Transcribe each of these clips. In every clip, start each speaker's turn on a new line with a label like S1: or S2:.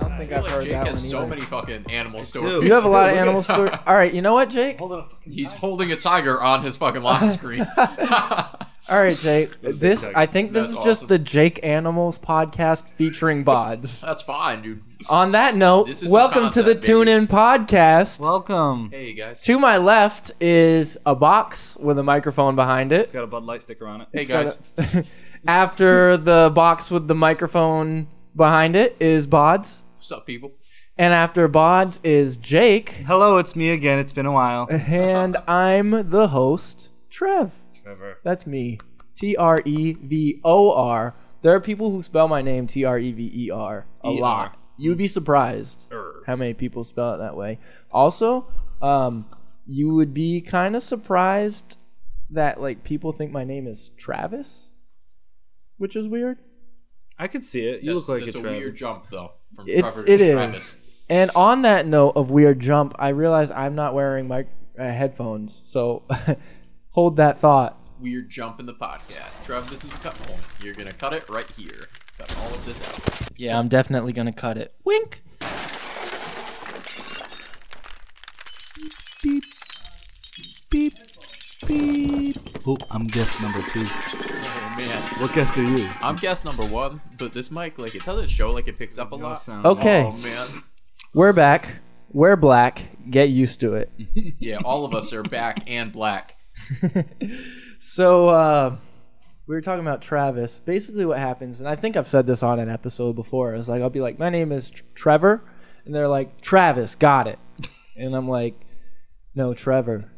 S1: Jake
S2: that
S1: has
S2: one
S1: so
S2: either.
S1: many fucking animal
S3: do.
S1: stories.
S2: You have a lot of animal stories. All right, you know what, Jake?
S3: Hold on a fucking
S1: He's holding a tiger on his fucking lock screen.
S2: All right, Jake.
S3: a big
S2: This
S3: tiger.
S2: I think this
S1: That's
S2: is just
S1: awesome.
S2: the Jake Animals podcast featuring Bods.
S1: That's fine, dude.
S2: On that note,
S1: This is
S2: welcome
S1: the
S2: to the
S1: concept, baby.
S2: Tune In podcast.
S3: Welcome.
S1: Hey guys.
S2: to my left is a box with a microphone behind it.
S3: It's got a Bud Light sticker on it.
S1: hey guys.
S2: After the box with the microphone behind it is Bods,
S1: What's up, people?
S2: and after Bods is Jake,
S3: Hello, it's me again. It's been a while.
S2: and I'm the host, Trev.
S3: Trevor.
S2: That's me. T R E V O R. There are people who spell my name T R E V E R a
S3: E R.
S2: lot. You'd be surprised
S3: Er.
S2: how many people spell it that way. Also, um, you would be kind of surprised that like people think my name is Travis, which is weird.
S3: I could see it. You
S1: That's-
S3: look like a
S1: that's a,
S3: Trevor.
S1: weird jump though. From
S2: It's-
S1: Trevor to
S2: it is.
S1: Travis.
S2: And on that note of weird jump, I realize I'm not wearing my uh, headphones, so hold that thought.
S1: Weird jump in the podcast. Trev, this is a cut point. You're gonna cut it right here. Cut all of this out.
S2: Yeah, I'm definitely gonna cut it. Wink. Beep. Beep. Beep.
S3: Oh, I'm guest number two.
S1: Oh man.
S3: What guest are you?
S1: I'm guest number one, but this mic, like it doesn't show like it picks up a lot.
S2: Okay.
S1: Oh man.
S2: We're back. We're black. Get used to it.
S1: Yeah, all of us are back and black.
S2: So uh, we were talking about Travis. Basically, what happens, and I think I've said this on an episode before. Is like I'll be like, my name is Tr- Trevor, and they're like, Travis, got it, and I'm like, no, Trevor,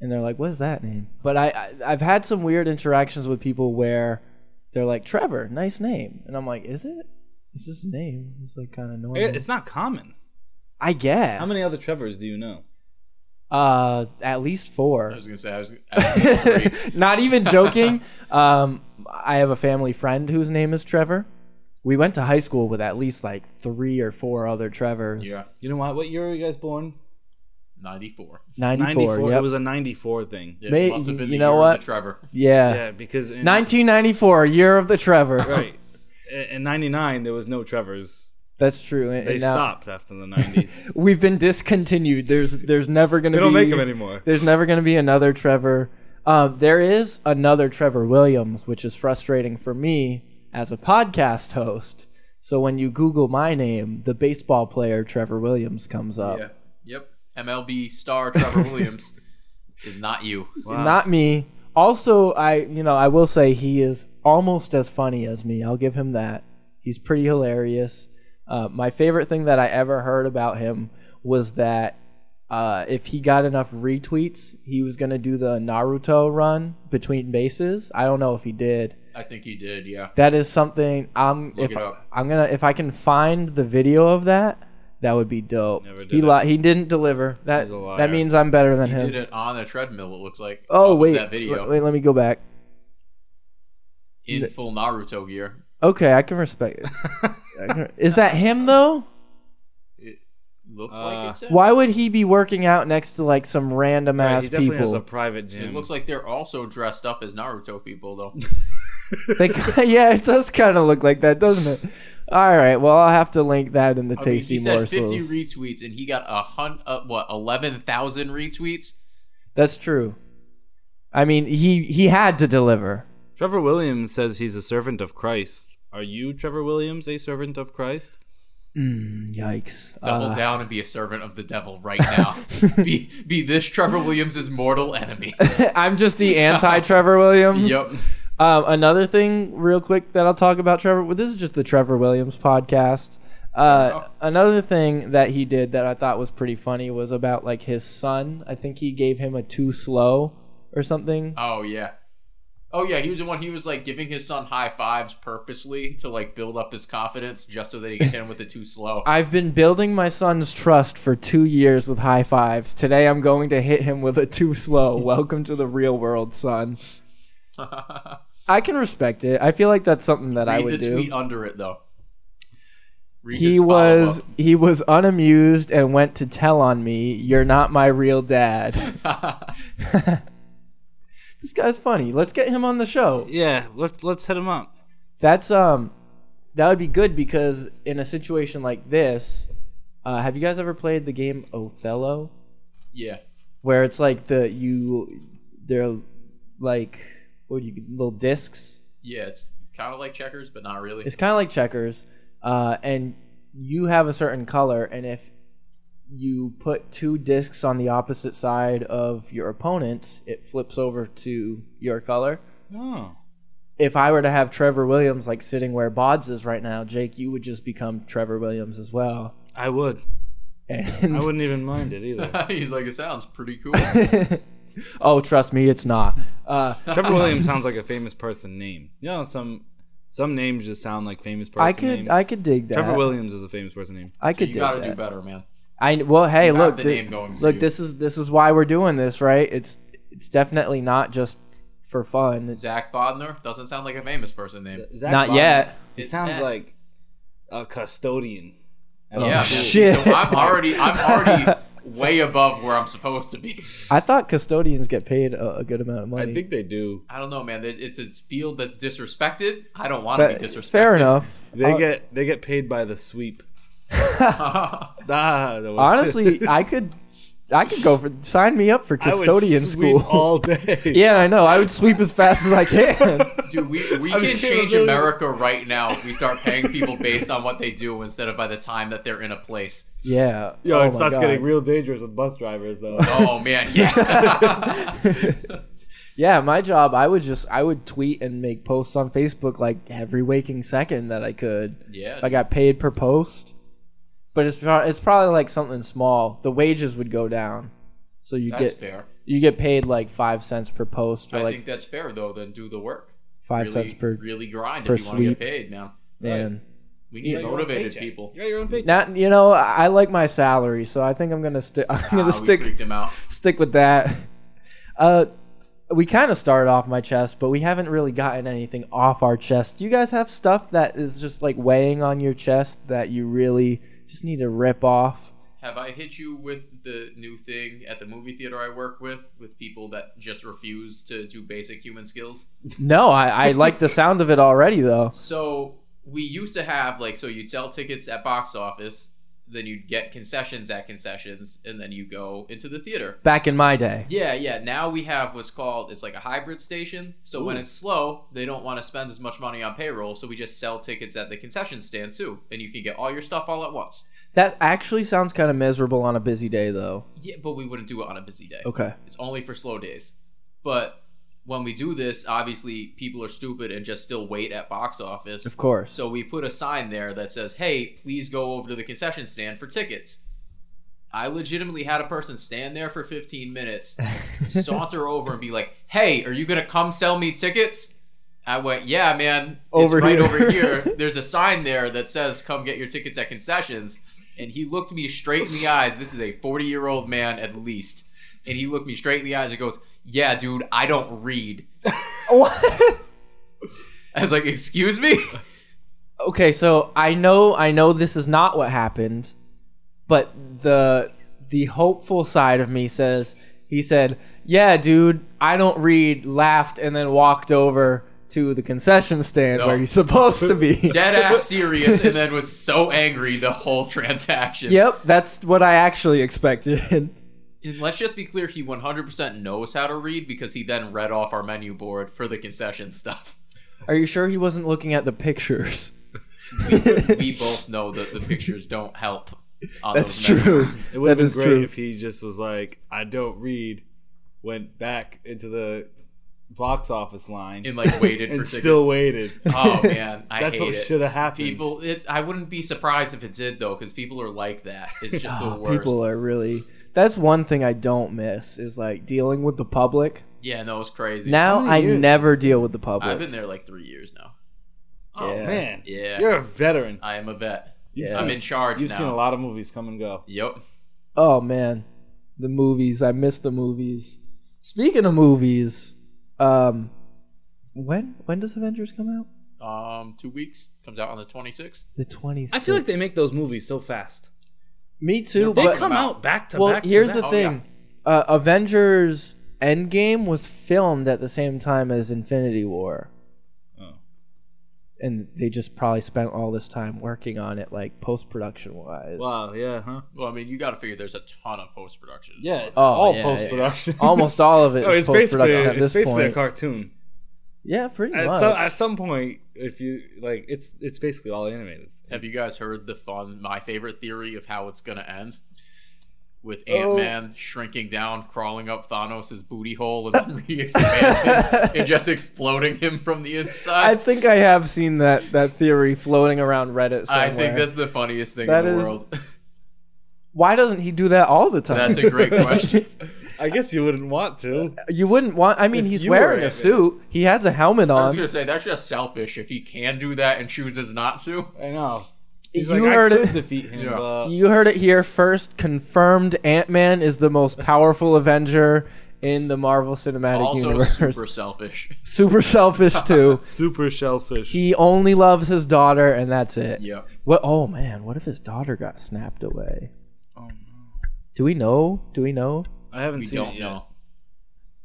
S2: and they're like, what is that name? But I, I I've had some weird interactions with people where they're like, Trevor, nice name, and I'm like, is it? It's just a name. It's like kind of normal.
S3: It's not common.
S2: I guess.
S3: How many other Trevors do you know?
S2: Uh, at least four.
S1: I was gonna say I was, I was gonna say three.
S2: Not even joking. um, I have a family friend whose name is Trevor. We went to high school with at least like three or four other Trevors.
S1: Yeah,
S3: You know what? What year were you guys born?
S1: 94.
S2: 94. yep.
S3: It was a 94 thing.
S1: Yeah,
S2: May-
S1: it must have been
S2: you
S1: the
S2: know
S1: year
S2: what?
S1: Of the Trevor.
S2: yeah.
S3: Yeah, because in,
S2: 1994, year of the Trevor.
S3: right in 99 there was no Trevors.
S2: That's true. And,
S3: They
S2: and now
S3: stopped after the 90s.
S2: We've been discontinued. There's there's never going to
S3: they
S2: be
S3: don't make them anymore.
S2: There's never going to be another Trevor. Um, there is another Trevor Williams, which is frustrating for me as a podcast host. So when you Google my name, the baseball player Trevor Williams comes up.
S1: Yeah. Yep. MLB star Trevor Williams is not you.
S3: Wow.
S2: Not me. Also, I you know I will say he is almost as funny as me. I'll give him that. He's pretty hilarious. Uh, my favorite thing that I ever heard about him was that uh, if he got enough retweets, he was gonna do the Naruto run between bases. I don't know if he did.
S1: I think he did. Yeah.
S2: That is something I'm
S1: Look
S2: if
S1: it
S2: I,
S1: up.
S2: I'm gonna if I can find the video of that, that would be dope.
S3: Never did
S2: he
S3: it.
S2: li- he didn't deliver. That
S3: He's a liar.
S2: that means I'm better than
S1: He
S2: him.
S1: did it on a treadmill. It looks like. off
S2: Oh
S1: of
S2: wait,
S1: that video
S2: wait, wait, let me go back.
S1: in full Naruto gear.
S2: Okay, I can respect it. I can- Is that him though?
S1: It looks
S3: Uh,
S1: like it's. him.
S2: Why would he be working out next to like some random
S3: Right,
S2: ass
S3: he definitely has
S2: people?
S3: a private gym.
S1: It looks like they're also dressed up as Naruto people, though.
S2: They ki- yeah, it does kind of look like that, doesn't it? All right, well I'll have to link that in the
S1: I mean, if
S2: tasty
S1: he said fifty
S2: morsels.
S1: retweets and he got a hun uh, what eleven thousand retweets.
S2: That's true. I mean, he he had to deliver.
S3: Trevor Williams says he's a servant of Christ. Are you, Trevor Williams, a servant of Christ?
S2: Mm, yikes.
S1: Double
S2: Uh,
S1: down and be a servant of the devil right now. be be this Trevor Williams' mortal enemy.
S2: I'm just the anti Trevor Williams.
S1: yep.
S2: Um, another thing, real quick, that I'll talk about Trevor. Well, this is just the Trevor Williams podcast.
S1: Oh.
S2: Uh, Another thing that he did that I thought was pretty funny was about like his son. I think he gave him a too slow or something.
S1: Oh yeah. Oh yeah, he was the one. He was like giving his son high fives purposely to like build up his confidence, just so that he could hit him with the too slow.
S2: I've been building my son's trust for two years with high fives. Today I'm going to hit him with a too slow. Welcome to the real world, son. I can respect it. I feel like that's something that I
S1: Read
S2: would
S1: the
S2: do.
S1: tweet under it though. Read
S2: he
S1: his
S2: was
S1: follow-up.
S2: he was unamused and went to tell on me you're not my real dad this guy's funny let's get him on the show
S3: Yeah, let's let's hit him up.
S2: that's um that would be good because in a situation like this Uh, have you guys ever played the game Othello?
S1: Yeah.
S2: where it's like the you they're like what do you little discs
S1: Yeah, it's kind of like checkers, but not really.
S2: it's kind of like checkers uh, and you have a certain color and if you put two discs on the opposite side of your opponent it flips over to your color
S3: Oh.
S2: if i were to have trevor williams like sitting where bods is right now jake you would just become trevor williams as well
S3: I would. I
S2: and
S3: wouldn't even mind it either.
S1: He's like, it sounds pretty cool.
S2: oh trust me it's not uh,
S3: Trevor Williams sounds like a famous person name. You know, some some names just sound like famous person
S2: i could
S3: names.
S2: i could dig that
S3: Trevor Williams is a famous person name.
S2: i could
S1: you
S2: dig
S1: gotta
S2: that.
S1: do better, man.
S2: I well, hey,
S1: have
S2: look,
S1: the
S2: thi-
S1: name going for
S2: look,
S1: you.
S2: this is this is why we're doing this, right? It's it's definitely not just for fun. It's
S1: Zach Bodner doesn't sound like a famous person name.
S3: Zach
S2: not
S3: Bogdan.
S2: yet.
S3: It
S1: It's
S3: sounds
S1: that.
S3: like a custodian.
S2: Oh,
S1: yeah,
S2: shit.
S1: So I'm already, I'm already way above where I'm supposed to be.
S2: I thought custodians get paid a, a good amount of money.
S3: I think they do.
S1: I don't know, man. It- It's a field that's disrespected. I don't want to be
S2: but
S1: disrespected.
S2: fair enough.
S3: They
S2: Uh,
S3: get they get paid by the sweep.
S1: enough.
S3: Ah, that was-
S2: honestly, I could I could go for sign me up for
S3: I would
S2: custodian
S3: sweep
S2: school.
S3: all day.
S2: yeah, I know. I would sweep as fast as I can.
S1: Dude, we, we
S3: I'm
S1: can
S3: sure
S1: change
S3: they-
S1: America right now if we start paying people based on what they do instead of by the time that they're in a place.
S2: yeah.
S3: Yo,
S2: oh
S3: it
S2: my
S3: starts
S2: God.
S3: getting real dangerous with bus drivers though.
S1: Oh man, yeah.
S2: Yeah, my job. I would just I would tweet and make posts on Facebook like every waking second that I could.
S1: yeah.
S2: I got paid per post, but it's pro- it's probably like something small. The wages would go down, so you
S1: that's
S2: get
S1: fair.
S2: you get paid like five cents per post or
S1: I
S2: like
S1: think that's fair though. Then do the work.
S2: five
S1: really,
S2: cents per
S1: really grind
S2: per
S1: if you want to
S2: sweep.
S1: get paid, man.
S2: man.
S1: We need
S3: You got your own
S1: motivated
S3: paycheck.
S1: people.
S3: You got your own paycheck.
S2: Not you know I I like my salary, so I think I'm gonna stick. I'm
S1: Ah,
S2: gonna stick
S1: We freaked him out.
S2: stick with that. Uh, we kind of started off my chest, but we haven't really gotten anything off our chest. Do you guys have stuff that is just like weighing on your chest that you really just need to rip off?
S1: Have I hit you with the new thing at the movie theater I work with, with people that just refuse to do basic human skills?
S2: No, I, I like the sound of it already though.
S1: So we used to have like so you'd sell tickets at box office, then you'd get concessions at concessions, and then you go into the theater.
S2: back in my day.
S1: Yeah, yeah. Now we have what's called it's like a hybrid station. So when it's slow, they don't want to spend as much money on payroll, so we just sell tickets at the concession stand too, and you can get all your stuff all at once.
S2: That actually sounds kind of miserable on a busy day, though.
S1: Yeah, but we wouldn't do it on a busy day.
S2: Okay.
S1: It's only for slow days. But when we do this, obviously people are stupid and just still wait at box office.
S2: Of course.
S1: So we put a sign there that says, "Hey, please go over to the concession stand for tickets." I legitimately had a person stand there for 15 minutes, saunter over and be like, "Hey, are you going to come sell me tickets?" I went, "Yeah, man.
S2: Over
S1: it's right
S2: here."
S1: over here. There's a sign there that says, "Come get your tickets at concessions." And he looked me straight in the eyes. This is a 40-year-old man at least. And he looked me straight in the eyes and goes, "Yeah, dude, I don't read."
S2: What?
S1: I was like, "Excuse me?"
S2: okay, so I know, I know this is not what happened, but the the hopeful side of me says he said, "Yeah, dude, I don't read." Laughed and then walked over to the concession stand
S1: No.
S2: where you're supposed to be.
S1: dead ass serious and then was so angry the whole transaction.
S2: yep, that's what I actually expected.
S1: And let's just be clear, he 100% knows how to read because he then read off our menu board for the concession stuff.
S2: Are you sure he wasn't looking at the pictures?
S1: We both know that the pictures don't help. On
S2: That's
S1: those menu
S2: true.
S1: boards.
S3: It would
S2: That
S3: have been
S2: is
S3: great
S2: true.
S3: if he just was like, I don't read, went back into the box office line
S1: And like waited for
S3: and
S1: tickets.
S3: still waited.
S1: Oh man, I
S3: That's
S1: hate
S3: what
S1: it.
S3: should have happened.
S1: People, it's. I wouldn't be surprised if it did though, because people are like that. It's just the
S2: Ah,
S1: worst.
S2: People are really. That's one thing I don't miss is like dealing with the public.
S1: Yeah, no, it's crazy.
S2: Now
S3: many
S2: I
S3: years?
S2: never deal with the public.
S1: I've been there like three years now.
S3: oh
S2: Yeah.
S3: man,
S1: Yeah.
S3: you're a veteran.
S1: I am a vet.
S3: You've,
S2: Yeah.
S1: I'm
S3: seen,
S1: in charge
S3: you've
S1: now.
S3: seen a lot of movies come and go.
S1: Yep.
S2: oh man, the movies. I miss the movies. Speaking of movies, um, when when does Avengers come out?
S1: um two weeks comes out on the 26th
S2: The twenty.
S3: I feel like they make those movies so fast.
S2: Me too.
S3: They
S2: But
S3: come out back to
S2: well,
S3: back. to
S2: here's the
S3: back. Oh,
S2: thing: uh, Avengers Endgame was filmed at the same time as Infinity War.
S3: Oh.
S2: and they just probably spent all this time working on it, like post production wise.
S3: Wow. Yeah. Huh.
S1: Well, I mean, you got to figure there's a ton of post production.
S3: Yeah. It's
S2: Oh,
S3: all
S2: yeah, yeah.
S3: post production.
S2: Almost all of it
S3: No,
S2: is
S3: it's
S2: post
S3: basically
S2: production at this
S3: it's basically
S2: point.
S3: a Uh, cartoon.
S2: yeah, pretty
S3: At
S2: much.
S3: some, at some point, if you like, it's it's basically all animated.
S1: Have you guys heard the fun? My favorite theory of how it's gonna end with
S2: Oh.
S1: Ant Man shrinking down, crawling up Thanos' booty hole, and then re-expanding, and just exploding him from the
S2: I
S1: inside.
S2: think I have seen that that theory floating around Reddit.
S1: I,
S2: Somewhere.
S1: think that's the funniest thing
S2: That
S1: in the
S2: is-
S1: world.
S2: why doesn't he do that all the time?
S1: That's a great question.
S3: I guess you wouldn't want to.
S2: You wouldn't want. I mean,
S3: If
S2: he's
S3: you were
S2: wearing a
S3: Ant-Man.
S2: suit. He has a helmet
S1: I was
S2: on.
S1: gonna say that's just selfish if he can do that and chooses not to.
S3: I know. He's
S2: You
S3: like,
S2: heard
S3: I could
S2: it.
S3: defeat him,
S1: Yeah.
S3: but
S2: You heard it here first. Confirmed. Ant Man is the most powerful Avenger in the Marvel Cinematic
S1: Also,
S2: Universe.
S1: super selfish.
S2: super selfish too.
S3: super shellfish.
S2: He only loves his daughter, and that's it.
S1: Yep.
S2: What? Oh man, what if his daughter got snapped away?
S1: Oh,
S2: Do we know? Do we know?
S3: I haven't
S1: We
S3: seen
S1: don't
S3: it yet.
S1: know.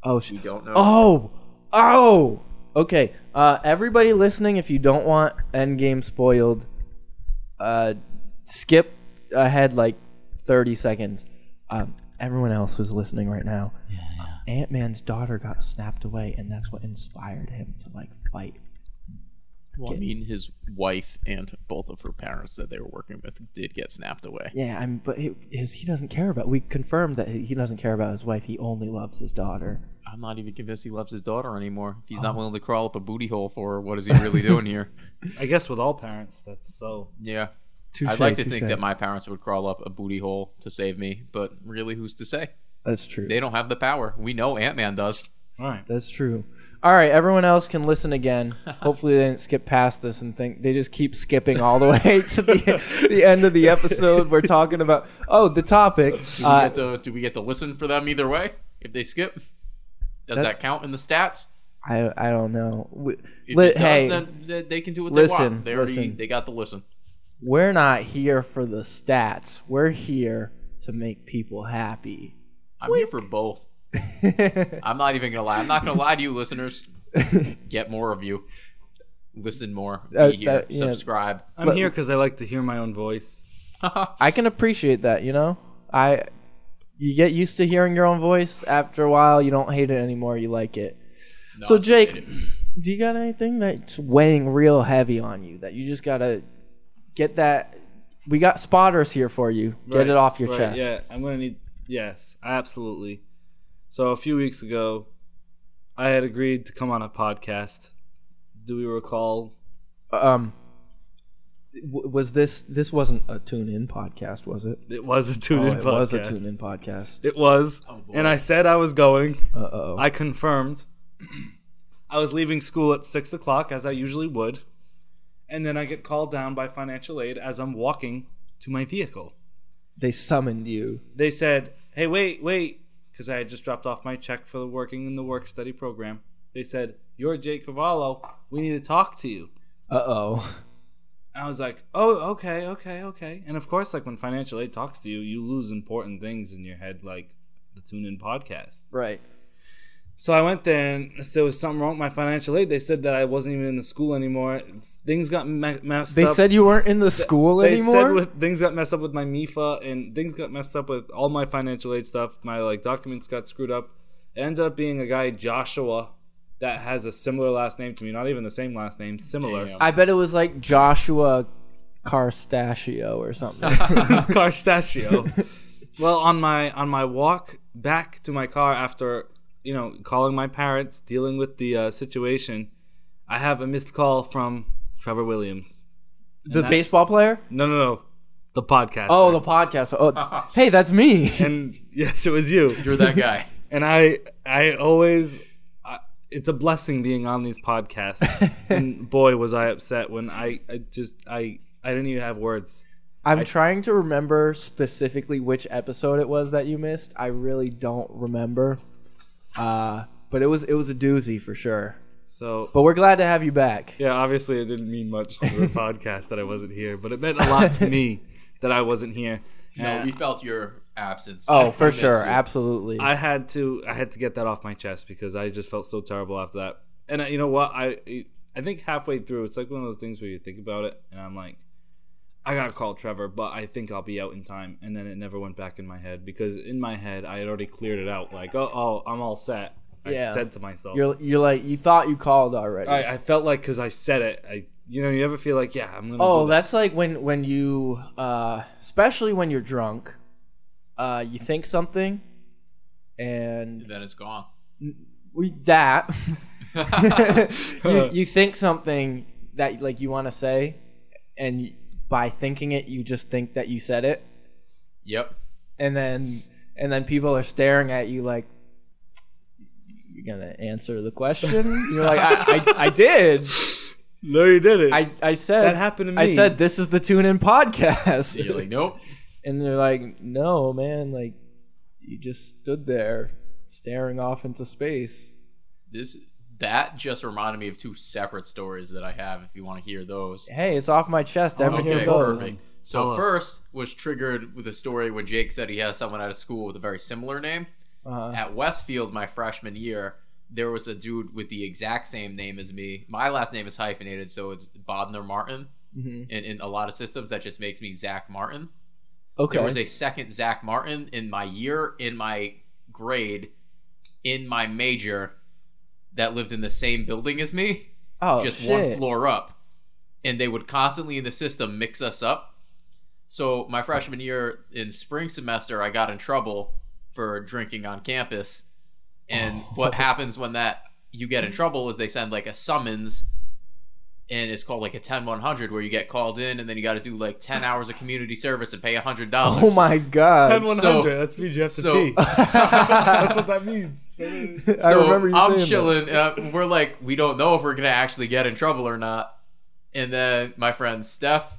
S2: Oh, sh-
S1: We don't know.
S2: oh, oh. Okay, uh, everybody listening, if you don't want Endgame spoiled, uh, skip ahead like thirty seconds. Um, everyone else who's listening right now, Ant Man's daughter got snapped away, and that's what inspired him to like fight.
S1: Well, I mean, his wife and both of her parents that they were working with did get snapped away.
S2: Yeah, I'm. But he, his, he doesn't care about. We confirmed that he doesn't care about his wife. He only loves his daughter.
S1: I'm not even convinced he loves his daughter anymore. If he's not willing to crawl up a booty hole for her, what is he really doing here?
S3: I guess with all parents, that's so.
S1: Yeah.
S2: Touche,
S1: I'd like to
S2: touche.
S1: think that my parents would crawl up a booty hole to save me, but really, who's to say?
S2: That's true.
S1: They don't have the power. We know Ant Man does.
S3: All right.
S2: That's true. All right, everyone else can listen again. Hopefully, they didn't skip past this and think they just keep skipping all the way to the, the end of the episode. We're talking about oh, the topic.
S1: Do we,
S2: Uh,
S1: get to, do we get to listen for them either way if they skip? Does that,
S2: That-
S1: count in the stats?
S2: I I don't know. We,
S1: If
S2: li-
S1: it does,
S2: hey,
S1: then they- they can do what they
S2: listen,
S1: want. They already
S2: listen.
S1: they got the listen.
S2: we're not here for the stats. We're here to make people happy.
S1: I'm here for both. I'm not even gonna lie. I'm not gonna lie to you, listeners. Get more of you. Listen more. Be
S2: Uh,
S1: here.
S2: that- yeah.
S1: Subscribe.
S3: I'm
S2: But-
S3: here because I like to hear my own voice.
S2: I can appreciate that, you know? I you get used to hearing your own voice after a while, you don't hate it anymore, you like it.
S1: No,
S2: so
S1: it's-
S2: Jake,
S1: it-
S2: do you got anything that's weighing real heavy on you that you just got to get that we got spotters here for you.
S3: Right,
S2: get it off your
S3: right,
S2: chest.
S3: Yeah, I'm gonna need. Yes, absolutely. So a few weeks ago, I had agreed to come on a podcast. Do we recall?
S2: Um w- was this this wasn't a tune in podcast, was it?
S3: It was a tune
S2: Oh,
S3: in
S2: it
S3: podcast.
S2: was a tune in podcast.
S3: It was, and I said I was going.
S2: Uh-oh.
S3: I confirmed. I was leaving school at six o'clock as I usually would, and then I get called down by financial aid as I'm walking to my vehicle.
S2: They summoned you.
S3: they said, "Hey, wait, wait," because I had just dropped off my check for the working in the work study program. They said, "You're Jay Cavallo. We need to talk to you."
S2: Uh-oh.
S3: And I was like, "Oh, okay, okay, okay." And of course, like when financial aid talks to you, you lose important things in your head, like the tune in podcast.
S2: Right.
S3: So I went there, and there was something wrong with my financial aid. They said that I wasn't even in the school anymore. Things got ma- messed
S2: They
S3: up.
S2: said you weren't in the school
S3: they
S2: anymore.
S3: said with, things got messed up with my MIFA and things got messed up with all my financial aid stuff. My like documents got screwed up. It ended up being a guy Joshua that has a similar last name to me, not even the same last name, similar.
S1: Damn.
S2: I bet it was like Joshua Carstachio or something.
S3: It's Carstachio. well, on my on my walk back to my car after you know calling my parents, dealing with the uh, situation, I have a missed call from Trevor Williams.
S2: the
S3: that's-
S2: baseball player?
S3: No, no, no, the podcast.
S2: Oh, the podcast. Oh, hey, that's me.
S3: and yes, it was you.
S1: You're that guy.
S3: and I I always I, it's a blessing being on these podcasts. and boy, was I upset when I, I just I I didn't even have words.
S2: I'm trying to remember specifically which episode it was that you missed. I really don't remember. Uh, but it was it was a doozy for sure.
S3: So
S2: But we're glad to have you back.
S3: yeah, obviously it didn't mean much to the podcast that I wasn't here, but it meant a lot to me that I wasn't here.
S1: No, we felt your absence.
S2: Oh, for
S1: We missed
S2: sure,
S1: you.
S2: absolutely.
S3: I had to I had to get that off my chest because I just felt so terrible after that. And uh, you know what I. I I think halfway through, it's like one of those things where you think about it, and I'm like, I gotta call Trevor, but I think I'll be out in time. And then it never went back in my head because in my head I had already cleared it out. Like, oh, oh I'm all set. I
S2: Yeah.
S3: said to myself,
S2: You're you're like you thought you called already.
S3: I, I felt like because I said it. I, you know, you ever feel like, yeah, I'm gonna.
S2: Oh,
S3: do that.
S2: that's like when when you, uh, especially when you're drunk, uh, you think something, and
S1: Then it's gone.
S2: we, that you, you think something that like you want to say, and you- by thinking it, you just think that you said it,
S1: Yep.
S2: and then and then people are staring at you like. You're gonna answer the question. You're like, I, I, I did.
S3: No, you did it.
S2: I, I said
S3: That happened to
S2: I
S3: me.
S2: said this is the tune in podcast.
S1: You're like, nope.
S2: and they're like, "No, man, like you just stood there staring off into space."
S1: This that just reminded me of two separate stories that I have. If you want to hear those,
S2: Hey, it's off my chest. Everyone
S1: Okay,
S2: here goes.
S1: perfect. So
S3: Tell us.
S1: first was triggered with a story when Jake said he has someone out of school with a very similar name.
S2: Uh-huh.
S1: At Westfield, my freshman year, there was a dude with the exact same name as me. My last name is hyphenated, so it's Bodner Martin.
S2: Mhm.
S1: And in a lot of systems, that just makes me Zach Martin.
S2: Okay.
S1: There was a second Zach Martin in my year, in my grade, in my major, that lived in the same building as me
S2: oh,
S1: just
S2: shit.
S1: one floor up. And they would constantly in the system mix us up. So my freshman year in spring semester, I got in trouble for drinking on campus. And
S2: Oh.
S1: what happens when that you get in trouble is they send like a summons and it's called like a 10 100 where you get called in and then you got to do like 10 hours of community service and pay $100.
S2: Oh my god.
S3: 10 100.
S1: so-
S3: that's BGF to
S1: so-
S3: T. that's what that means.
S2: I
S1: so
S2: remember you
S1: I'm
S2: saying
S1: chilling. Uh, we're like, we don't know if we're gonna actually get in trouble or not. And then my friend Steph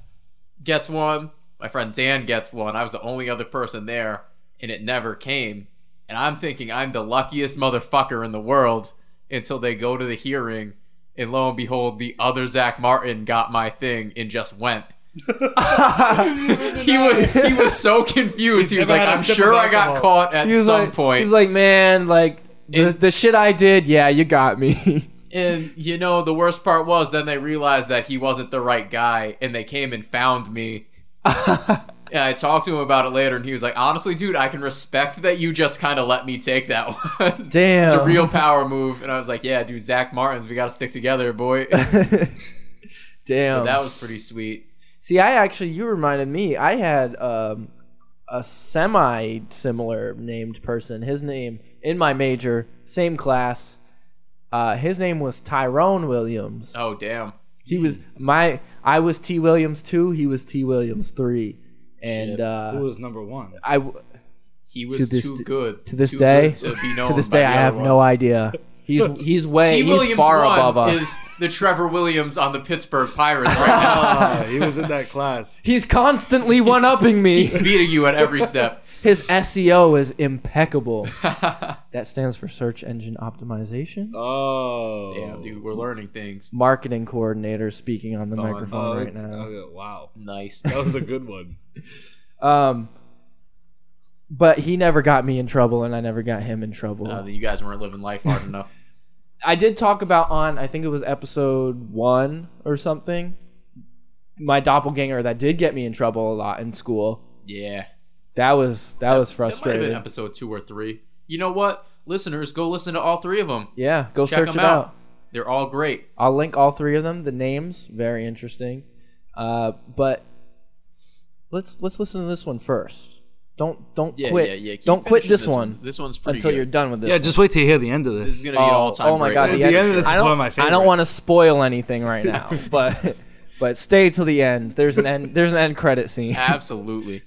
S1: gets one. My friend Dan gets one. I was the only other person there, and it never came. And I'm thinking I'm the luckiest motherfucker in the world until they go to the hearing, and lo and behold, the other Zach Martin got my thing and just went.
S2: That.
S1: He was he was so confused. he was
S3: never
S1: like,
S3: had a
S1: "I'm
S3: sip of
S1: sure I got
S3: alcohol."
S1: caught at
S2: he was
S1: some
S2: like,
S1: point."
S2: He's like, man, like the,
S1: It-
S2: the shit I did. Yeah, you got me.
S1: And you know, the worst part was then they realized that he wasn't the right guy and they came and found me. And I talked to him about it later and he was like, honestly, dude, I can respect that you just kind of let me take that one.
S2: Damn.
S1: it's a real power move. And I was like, yeah, dude, Zach Martins, we got to stick together, boy. that
S2: Damn.
S1: was pretty sweet.
S2: See, I actually, you reminded me. I had um, a semi similar named person. His name in my major, same class. Uh, his name was Tyrone Williams.
S1: Oh, damn.
S2: He was my. I was T Williams two. He was T Williams three. And
S1: Shit.
S3: Who
S2: uh,
S3: was number one?
S2: I w-
S1: He was
S2: To this
S1: too
S2: d-
S1: good.
S2: to this
S1: too
S2: day-
S1: good to, be known
S2: to this
S1: by
S2: day
S1: the
S2: I
S1: other
S2: have no
S1: ones.
S2: idea. He's he's way
S1: T. Williams
S2: he's far
S1: one
S2: above us.
S1: is the Trevor Williams on the Pittsburgh Pirates right now.
S3: Ah, he was in that class.
S2: He's constantly one upping me.
S1: He's beating you at every step.
S2: His SEO is impeccable. that stands for search engine optimization.
S3: Oh.
S1: Damn, dude, we're learning things.
S2: Marketing coordinator speaking on the
S1: Fine.
S2: microphone
S3: Oh,
S2: right now.
S3: okay, wow.
S1: Nice.
S3: That was a good one.
S2: Um, but he never got me in trouble, and I never got him in trouble.
S1: Uh, that you guys weren't living life hard enough.
S2: I did talk about on I think it was episode one or something. My doppelganger that did get me in trouble a lot in school.
S1: Yeah.
S2: That was that was
S1: That might have been
S2: frustrating.
S1: episode two or three. You know what? Listeners, go listen to all three of them.
S2: Yeah, go
S1: Check
S2: search
S1: them
S2: it out.
S1: out. They're all great.
S2: I'll link all three of them. The names very interesting, uh, but let's let's listen to this one first. Don't don't
S1: Yeah,
S2: quit.
S1: yeah, yeah. Keep
S2: don't quit this,
S1: finishing
S2: one,
S1: This one's pretty
S2: until
S1: good.
S2: you're done with this.
S3: Yeah,
S2: one.
S3: just wait till you hear the end of this.
S1: This is gonna be an all time.
S2: oh my god,
S3: The end of this
S2: I
S3: is
S2: don't-
S3: one of my
S2: I don't want to
S3: favorites.
S2: spoil anything right now, but but stay till the end. There's an end. There's an end credit scene.
S1: absolutely.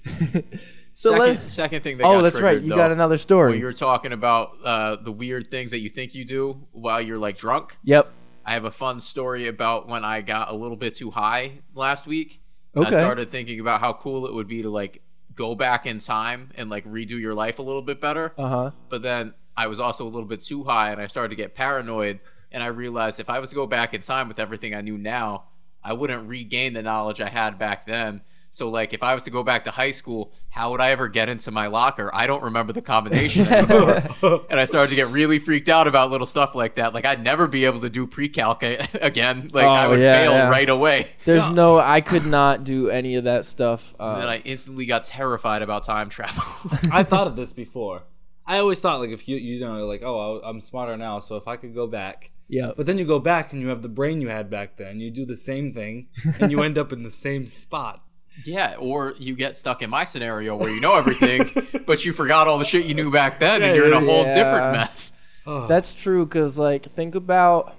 S2: So
S1: second,
S2: let-
S1: second thing that
S2: oh,
S1: got
S2: that's right.
S1: triggered,
S2: You
S1: though,
S2: got another
S1: When
S2: story.
S1: you were talking about uh, the weird things that you think you do while you're like drunk.
S2: yep.
S1: I have a fun story about when I got a little bit too high last week. I
S2: Okay.
S1: started thinking about how cool it would be to like go back in time and like redo your life a little bit better.
S2: Uh
S3: Uh-huh.
S2: huh.
S1: But then I was also a little bit too high and I started to get paranoid. And I realized if I was to go back in time with everything I knew now, I wouldn't regain the knowledge I had back then. So like if I was to go back to high school, how would I ever get into my locker? I don't remember the combination anymore. and I started to get really freaked out about little stuff like that. Like I'd never be able to do pre-calc a- again. Like I
S2: Oh,
S1: would
S2: yeah,
S1: fail
S2: yeah.
S1: right away.
S2: There's no, I could not do any of that stuff.
S1: And then
S2: Um,
S1: I instantly got terrified about time travel.
S3: I've thought of this before. I always thought like if you you know like oh I- I'm smarter now, so if I could go back.
S2: yeah,
S3: But then you go back and you have the brain you had back then. You do the same thing and you end up in the same spot.
S1: yeah, or you get stuck in my scenario where you know everything, but you forgot all the shit you knew back then and you're in a whole
S2: Yeah.
S1: different mess.
S3: Oh.
S2: that's true. Cause like, think about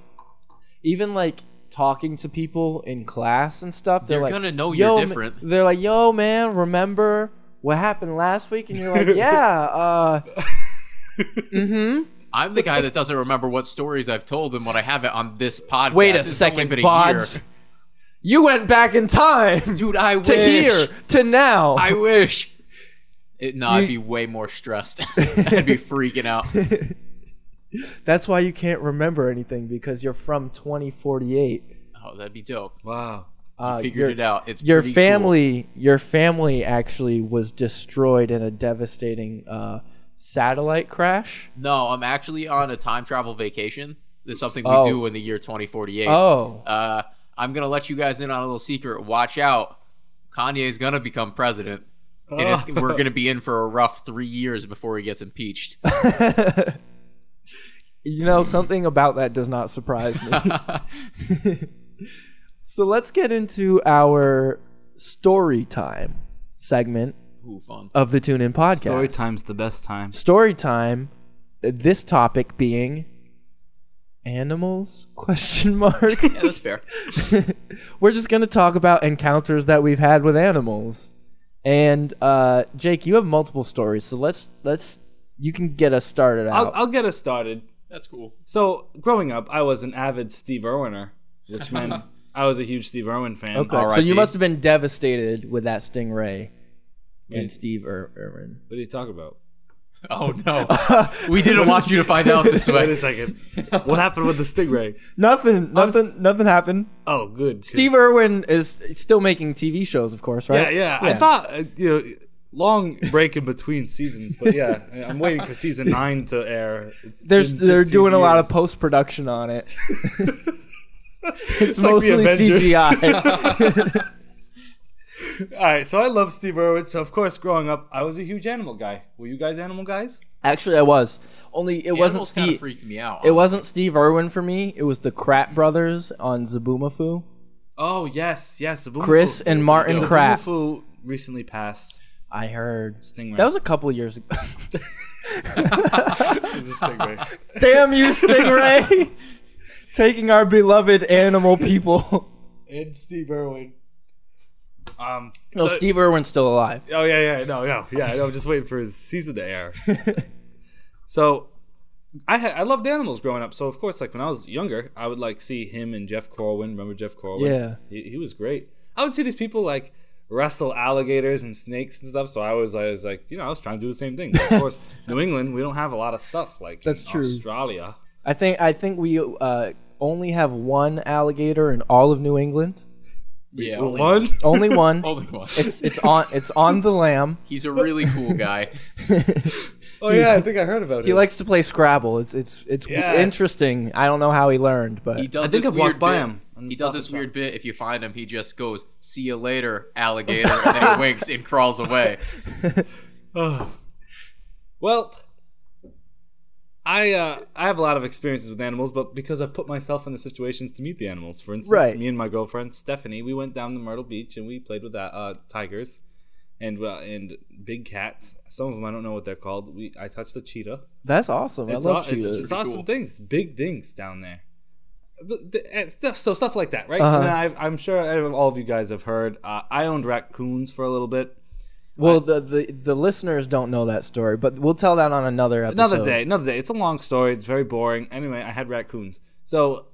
S2: even like talking to people in class and stuff. They're,
S1: They're
S2: like,
S1: gonna know
S2: "Yo,
S1: you're
S2: ma-
S1: different."
S2: They're like, yo, man, remember what happened last week? And you're like, yeah. Uh, mm-hmm.
S1: I'm the guy that doesn't remember what stories I've told and what I haven't on this podcast.
S2: Wait a
S1: It's only
S2: second,
S1: been a
S2: Bods.
S1: year.
S2: You went back in time
S1: Dude, I
S2: to
S1: wish.
S2: here to now.
S1: I wish. It, no,
S2: You-
S1: I'd be way more stressed. I'd be freaking out.
S2: That's why you can't remember anything because you're from 2048.
S1: Oh, that'd be dope.
S3: wow.
S2: Uh,
S1: Figured
S2: your-
S1: it out. It's
S2: Your
S1: pretty cool.
S2: family, your family actually was destroyed in a devastating uh, satellite crash.
S1: No, I'm actually on a time travel vacation. There's something we
S2: Oh.
S1: do in the year 2048.
S2: Oh,
S1: Uh, I'm gonna let you guys in on a little secret. Watch out, Kanye's gonna become president, and it's,
S2: Oh.
S1: we're gonna be in for a rough three years before he gets impeached.
S2: you know something about that does not surprise me. so let's get into our story time segment
S1: Ooh, fun.
S2: of the Tune In podcast.
S3: Story time's the best time.
S2: story time this topic being animals question mark
S1: Yeah, that's fair.
S2: we're just going to talk about encounters that we've had with animals and uh jake you have multiple stories so let's let's you can get us started
S3: I'll,
S2: out
S3: I'll get us started.
S1: That's cool.
S3: So, growing up, I was an avid Steve Irwiner, which meant I was a huge Steve Irwin fan.
S2: okay so
S1: R.I.P.
S2: you must have been devastated with that stingray
S3: Yeah.
S2: and steve Ir- irwin
S3: What are you talking about?
S1: Oh no, we didn't want you to find out this
S3: Wait a
S1: way.
S3: second. What happened with the stingray?
S2: nothing nothing nothing happened
S3: Oh, good. 'cause-
S2: steve irwin is still making tv shows of course
S3: Yeah,
S2: right
S3: yeah. I thought uh, you know, long break in between seasons, but yeah, I- I'm waiting for season nine to air. It's
S2: There's,
S3: been
S2: they're
S3: 15
S2: doing a lot of
S3: years.
S2: post production on it. it's
S3: like the
S2: mostly
S3: Avengers.
S2: CGI.
S3: All right, so I love Steve Irwin. So of course, growing up, I was a huge animal guy. Were you guys animal guys?
S2: Actually, I was only it wasn't
S1: Animals kind of
S2: Steve.
S1: freaked me out.
S2: It wasn't Steve Irwin for me. It was the Krat brothers on Zaboomafoo.
S3: Oh yes, yes. Zaboomafoo-
S2: Chris and Martin
S3: Zaboomafoo
S2: Kraft.
S3: recently passed.
S2: I heard
S3: Stingray.
S2: that was a couple years ago.
S3: It was a stingray.
S2: Damn you, Stingray! Taking our beloved animal people.
S3: and Steve Irwin. Um.
S2: No,
S3: so-
S2: Steve Irwin's still alive.
S3: Oh yeah, yeah, no, no, yeah. I know, I'm just waiting for his season to air. so, I ha- I loved animals growing up. So of course, like when I was younger, I would like see him and Jeff Corwin. Remember Jeff Corwin?
S2: Yeah.
S3: he, he was great. I would see these people like wrestle alligators and snakes and stuff. So I was, I was like, you know, I was trying to do the same thing. Of course, New England, we don't have a lot of stuff like
S2: That's
S3: in
S2: true.
S3: Australia.
S2: I think I think we uh, only have one alligator in all of New England.
S1: Yeah, only
S3: One.
S2: Only one.
S1: Only one.
S2: It's it's on it's on the lamb.
S1: He's a really cool guy.
S3: Oh yeah, I think I heard about it.
S2: He likes to play Scrabble. It's it's it's
S3: Yes.
S2: interesting. I don't know how he learned, but
S1: He does.
S3: I think
S1: this
S3: I've walked
S1: weird
S3: by
S1: bit-
S3: him on the
S1: He does
S3: Stop
S1: this
S3: and Shop.
S1: weird bit. If you find him, he just goes, "See you later, alligator," and then he winks and crawls away.
S3: Ugh. well, I uh, I have a lot of experiences with animals, but because I've put myself in the situations to meet the animals. For instance,
S2: Right.
S3: me and my girlfriend Stephanie, we went down to Myrtle Beach and we played with uh, uh, tigers and uh, and big cats. Some of them I don't know what they're called. We I touched a cheetah.
S2: that's awesome.
S3: It's,
S2: I
S3: aw-
S2: love
S3: it's,
S2: cheetahs.
S3: it's awesome
S1: cool.
S3: things, big things down there. But the- and stuff- So stuff like that, right?
S2: Uh-huh.
S3: And I've, I'm sure all of you guys have heard. Uh, I owned raccoons for a little bit.
S2: well, the, the the listeners don't know that story, but we'll tell that on another episode.
S3: another day another day it's a long story it's very boring anyway i had raccoons so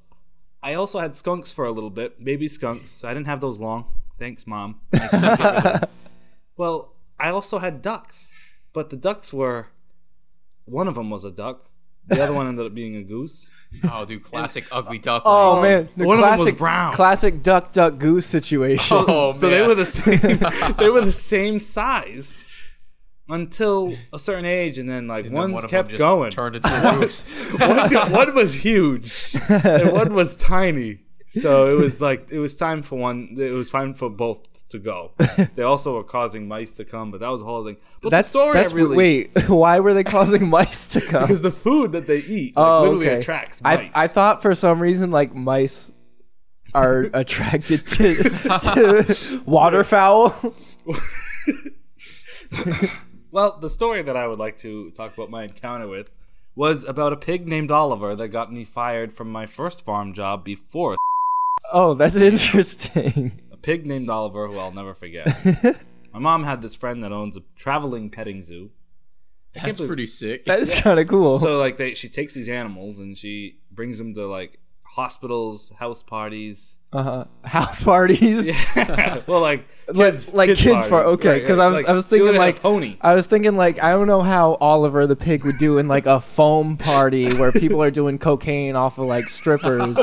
S3: i also had skunks for a little bit baby skunks so i didn't have those long thanks mom well i also had ducks but the ducks were one of them was a duck The other one ended up being a goose.
S1: Oh, dude, classic ugly duck.
S2: Oh,
S1: like-
S2: man,
S3: one of them was brown.
S2: Classic duck, duck, goose situation.
S1: Oh,
S3: so
S1: man.
S3: they were the same. they were the same size until a certain age, and then like
S1: And then
S3: one,
S1: one of them
S3: kept
S1: just
S3: going.
S1: Turned into a goose.
S3: one, one was huge, and one was tiny. So it was like it was time for one. It was time for both to go. They also were causing mice to come, but that was a whole thing. But
S2: that's
S3: the story I
S2: that's
S3: really
S2: wait. Why were they causing mice to come?
S3: because the food that they eat like,
S2: oh,
S3: literally
S2: okay.
S3: attracts mice.
S2: I I thought for some reason like mice are attracted to, to waterfowl.
S3: Well, the story that I would like to talk about my encounter with was about a pig named Oliver that got me fired from my first farm job before.
S2: Oh, that's interesting.
S3: A pig named Oliver who I'll never forget. my mom had this friend that owns a traveling petting zoo.
S1: That's
S3: believe-
S1: pretty sick.
S2: That is kind of cool.
S3: So like they she takes these animals and she brings them to like hospitals, house parties.
S2: uh-huh. House parties.
S3: well, like
S2: Like-
S3: kids,
S2: like kids, for
S3: parties.
S2: okay
S3: Right,
S2: because
S3: right.
S2: I was
S3: Like,
S2: I was
S3: she
S2: thinking
S3: would've had a
S2: like
S3: pony.
S2: I was thinking like I don't know how Oliver the pig would do in like a foam party where people are doing cocaine off of like strippers.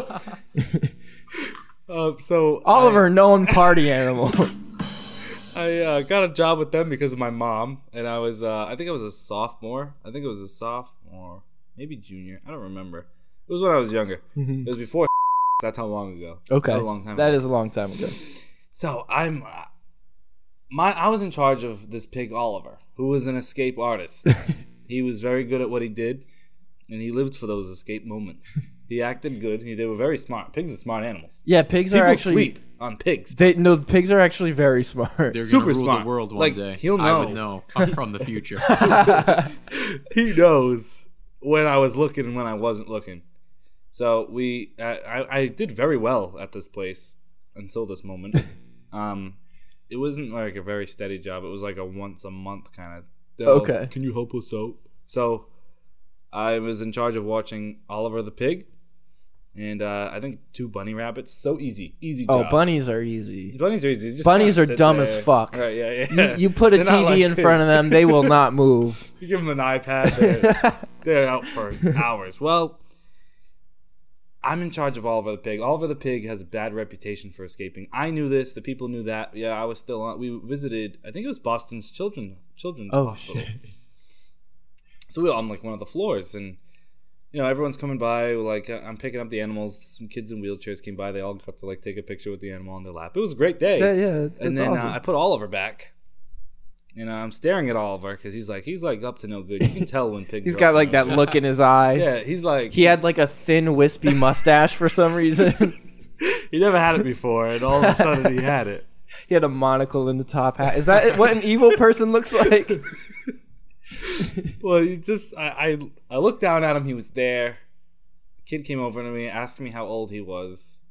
S3: Uh, so I-
S2: Oliver, known party animal.
S3: I uh, got a job with them because of my mom, and I was uh, I think I was a sophomore. I think it was a sophomore, maybe junior. I don't remember. It was when I was younger. It was before. That's how long ago.
S2: Mm-hmm. Okay,
S3: That was a long time.
S2: that
S3: ago.
S2: is a long time ago.
S3: So I'm uh, my I was in charge of this pig Oliver, who was an escape artist. he was very good at what he did, and he lived for those escape moments. He acted good. He, they were very smart. Pigs are smart animals.
S2: Yeah, pigs are
S3: People
S2: actually
S3: sleep on pigs.
S2: they no the pigs are actually very smart.
S1: They're
S3: super
S1: gonna rule
S3: smart.
S1: the world one
S3: Like,
S1: day.
S3: he'll
S1: I would
S3: know.
S1: know. I'm from the future.
S3: he knows when I was looking and when I wasn't looking. So we, I, I, I did very well at this place until this moment. um, it wasn't like a very steady job. It was like a once a month kind of.
S2: Okay.
S3: Can you help us out? So, I was in charge of watching Oliver the pig, and uh, I think two bunny rabbits. So easy, easy.
S2: oh,
S3: job.
S2: bunnies are easy.
S3: Bunnies are easy. Just
S2: Bunnies
S3: kinda
S2: are
S3: sit
S2: dumb
S3: there.
S2: as fuck.
S3: Right, yeah, yeah.
S2: You put a
S3: They're not
S2: TV
S3: like
S2: in front of
S3: kids.
S2: them, they will not move.
S3: You give them an iPad, they're, they're out for hours. Well, I'm in charge of Oliver the Pig. Oliver the Pig has a bad reputation for escaping. I knew this. The people knew that. Yeah, I was still on. We visited. I think it was Boston's Children Children's
S2: Oh,
S3: Hospital. So we were on like one of the floors, and you know everyone's coming by. Like uh, I'm picking up the animals. Some kids in wheelchairs came by. They all got to like take a picture with the animal on their lap. It was a great day
S2: Yeah, yeah, that's,
S3: and
S2: that's
S3: then uh, I
S2: awesome.
S3: put Oliver back. And I'm staring at Oliver because he's like he's like up to no good. You can tell when pigs.
S2: He's
S3: are
S2: got
S3: up to
S2: like
S3: no
S2: that look in his eye.
S3: good. Yeah, he's like
S2: He had like a thin wispy mustache for some reason.
S3: he never had it before, and all of a sudden he had it.
S2: He had a monocle in the top hat. Is that what an evil person looks like?
S3: Well, he just I, I I looked down at him. He was there. Kid came over to me, asked me how old he was,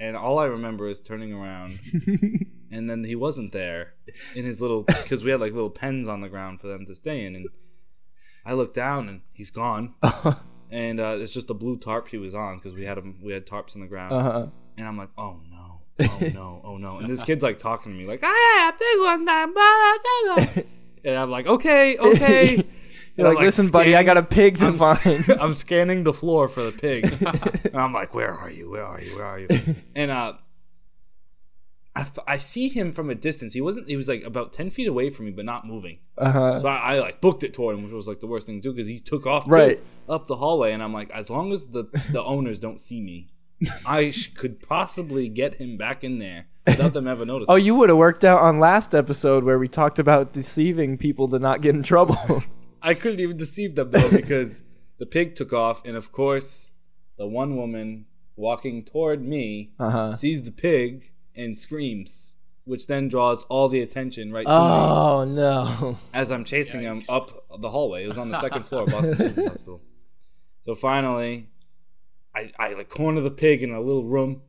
S3: and all I remember is turning around, and then he wasn't there in his little because we had like little pens on the ground for them to stay in, and I looked down and he's gone.
S2: Uh-huh.
S3: and uh, it's just a blue tarp he was on because we had him. We had tarps on the ground,
S2: Uh-huh.
S3: and I'm like, oh no, oh no, oh no. And this kid's like talking to me, like, ah, big one, nah, blah, blah, blah." and I'm like, okay, okay. And
S2: You're
S3: I'm,
S2: like, listen, buddy, I got a pig to
S3: I'm
S2: find.
S3: sc- I'm scanning the floor for the pig, and I'm like, where are you? Where are you? Where are you? And uh, I, f- I see him from a distance. He wasn't. He was like about ten feet away from me, but not moving.
S2: Uh-huh.
S3: So I, I like booked it toward him, which was like the worst thing to do because he took off too,
S2: Right.
S3: up the hallway, and I'm like, as long as the the owners don't see me, I sh- could possibly get him back in there without them ever noticing.
S2: Oh, you would have worked out on last episode where we talked about deceiving people to not get in trouble.
S3: I couldn't even deceive them though because the pig took off, and of course, the one woman walking toward me
S2: Uh-huh.
S3: sees the pig and screams, which then draws all the attention right to me.
S2: oh no.
S3: as I'm chasing him up the hallway. It was on the second floor of Boston Children's Hospital. So finally, I, I like corner the pig in a little room.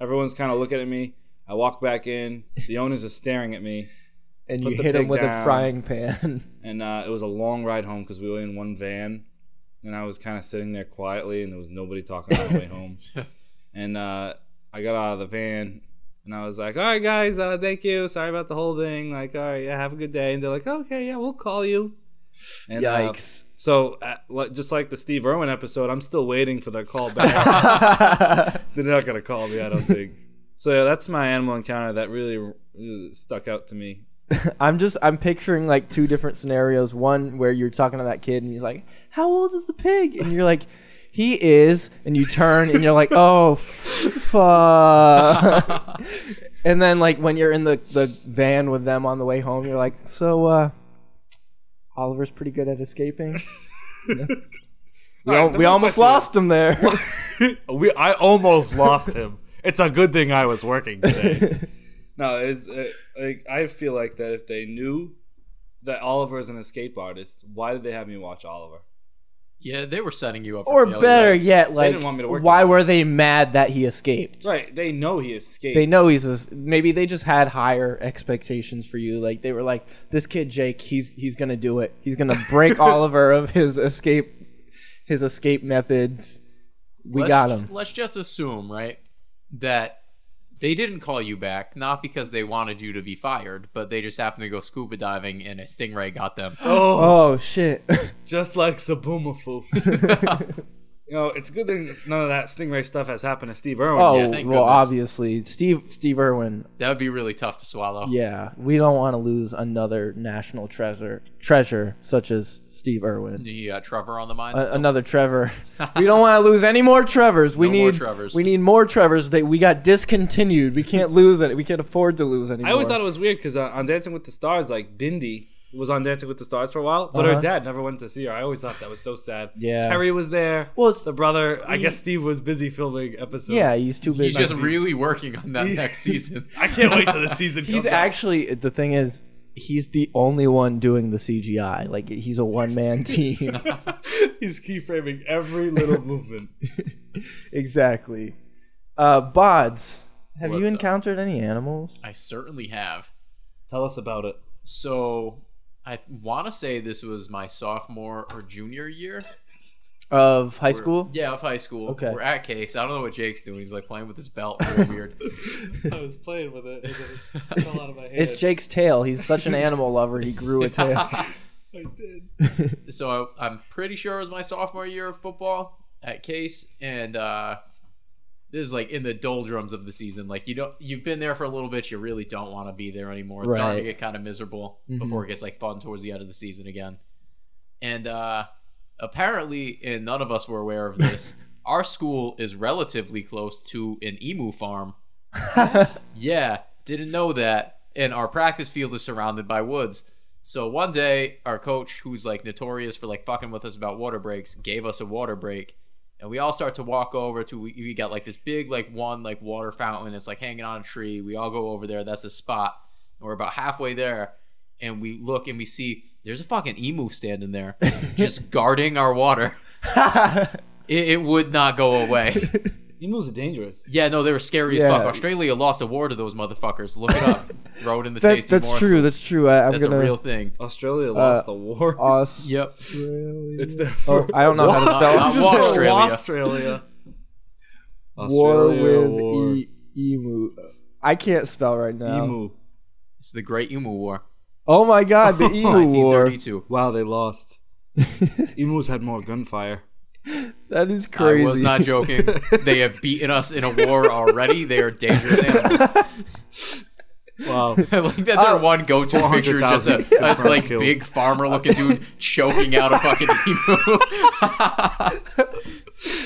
S3: Everyone's kind of looking at me. I walk back in. The owners are staring at me,
S2: And
S3: Put
S2: you
S3: the
S2: hit him
S3: pig
S2: with a
S3: down.
S2: frying pan.
S3: and uh, it was a long ride home because we were in one van, and I was kind of sitting there quietly, and there was nobody talking on the way home. And uh, I got out of the van, and I was like, "All right, guys, uh, thank you. Sorry about the whole thing. Like, all right, yeah, have a good day." And they're like, "Okay, yeah, we'll call you." And, uh,
S2: Yikes.
S3: so, uh, li- just like the Steve Irwin episode, I'm still waiting for their call back. They're not gonna call me, I don't think. So yeah, that's my animal encounter that really uh, stuck out to me.
S2: I'm just I'm picturing like two different scenarios. One where you're talking to that kid and he's like, "How old is the pig?" And you're like, "He is." And you turn and you're like, "Oh, fuck." and then like when you're in the the van with them on the way home, you're like, "So uh Oliver's pretty good at escaping." We, al-
S3: Alright,
S2: we
S3: don't
S2: almost
S3: touch it.
S2: lost him there.
S4: we I almost lost him. It's a good thing I was working today.
S3: No, it's uh, like I feel like that if they knew that Oliver is an escape artist, why did they have me watch Oliver?
S1: Yeah, they were setting you up. for
S2: or
S1: failure.
S2: better yet, like
S3: didn't want me to work
S2: why
S3: with
S2: were they mad that he escaped?
S3: Right, they know he escaped.
S2: they know he's a, maybe they just had higher expectations for you like they were like this kid jake he's he's gonna do it he's gonna break oliver of his escape his escape methods we
S1: let's,
S2: got him
S1: Let's just assume, right, that they didn't call you back, not because they wanted you to be fired, but they just happened to go scuba diving and a stingray got them.
S3: Oh,
S2: oh shit
S3: just like Sabumafu. you know, it's a good thing that none of that stingray stuff has happened to Steve Irwin.
S2: oh
S1: yeah,
S2: well
S1: thank goodness.
S2: obviously steve steve irwin
S1: That would be really tough to swallow.
S2: yeah we don't want to lose another national treasure treasure such as steve irwin
S1: You got Trevor on the mind.
S2: A-
S1: still?
S2: another Trevor. we don't want to lose any more Trevors. We
S1: No
S2: need
S1: more Trevors.
S2: We need more Trevors. That we got discontinued. We can't lose it. We can't afford to lose anymore.
S3: I always thought it was weird because uh, on Dancing with the Stars, like Bindi was on Dancing with the Stars for a while, but
S2: Uh-huh.
S3: her dad never went to see her. I always thought that was so sad.
S2: Yeah.
S3: Terry was there.
S2: Well, it's-
S3: the brother. I guess Steve was busy filming episode.
S2: yeah, he's too busy.
S1: He's just really working on that next season.
S4: I can't wait till the season.
S2: he's
S4: comes out.
S2: actually the thing is he's the only one doing the CGI. Like he's a one man team.
S3: he's keyframing every little movement.
S2: exactly. Uh, Bods, have
S1: What's
S2: you
S1: up?
S2: encountered any animals?
S1: I certainly have.
S3: Tell us about it.
S1: So I want to say this was my sophomore or junior year.
S2: Of high
S1: We're-
S2: school?
S1: Yeah, of high school.
S2: Okay.
S1: We're at Case. I don't know what Jake's doing. He's like playing with his belt. Real weird.
S3: I was playing with it. And it fell out of my hand.
S2: It's Jake's tail. He's such an animal lover. He grew a tail.
S3: I did.
S1: so I, I'm pretty sure it was my sophomore year of football at Case, and uh, this is like in the doldrums of the season. Like you don't, you've been there for a little bit. You really don't want to be there anymore. It's starting to
S2: Right.
S1: get kind of miserable
S2: Mhm.
S1: before it gets like fun towards the end of the season again. And uh, apparently, and none of us were aware of this. our school is relatively close to an emu farm. Yeah, didn't know that. And our practice field is surrounded by woods. So one day, our coach, who's like notorious for like fucking with us about water breaks, gave us a water break, and we all start to walk over to. We, we got like this big like one like water fountain. It's like hanging on a tree. We all go over there. That's the spot. And we're about halfway there, and we look and we see there's a fucking emu standing there, just guarding our water. It, it would not go away.
S3: Emus are dangerous.
S1: Yeah, no, they were scary
S2: Yeah.
S1: as fuck. Australia lost a war to those motherfuckers. Look it up. Throw it in the
S2: That-
S1: tasty
S2: that's true.
S1: morsels.
S2: That's true. I, I'm
S1: That's
S2: gonna
S1: a real thing.
S3: Australia lost the war.
S2: us.
S1: Yep.
S3: it's the
S2: Oh, I don't know how to
S1: Not-
S2: spell.
S1: not
S2: it.
S1: war,
S4: Just
S1: Australia.
S4: Australia.
S2: War
S3: Australia
S2: with E- emu. I can't spell right now.
S3: emu.
S1: It's the Great Emu War,
S2: Oh my god, the emu war.
S1: 1932.
S3: Wow, they lost. Emus had more gunfire.
S2: That is crazy.
S1: I was not joking. they have beaten us in a war already. They are dangerous animals.
S3: Wow.
S1: I like that their
S2: Uh,
S1: one go-to picture is just a,
S3: 400,000
S1: a
S3: confirmed
S1: like
S3: kills.
S1: big farmer-looking dude choking out a fucking emu.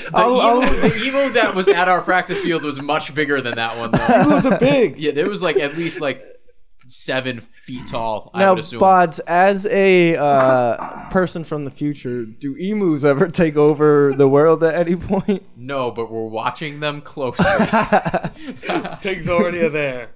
S1: The,
S2: I'll- I'll-
S1: emu, the emu that was at our practice field was much bigger than that one. Though.
S3: Emus are big.
S1: Yeah, there was like at least like seven feet tall. I
S2: now,
S1: would assume.
S2: Bods, as a uh, person from the future, do emus ever take over the world at any point?
S1: No, but we're watching them closely.
S3: Pigs already are there.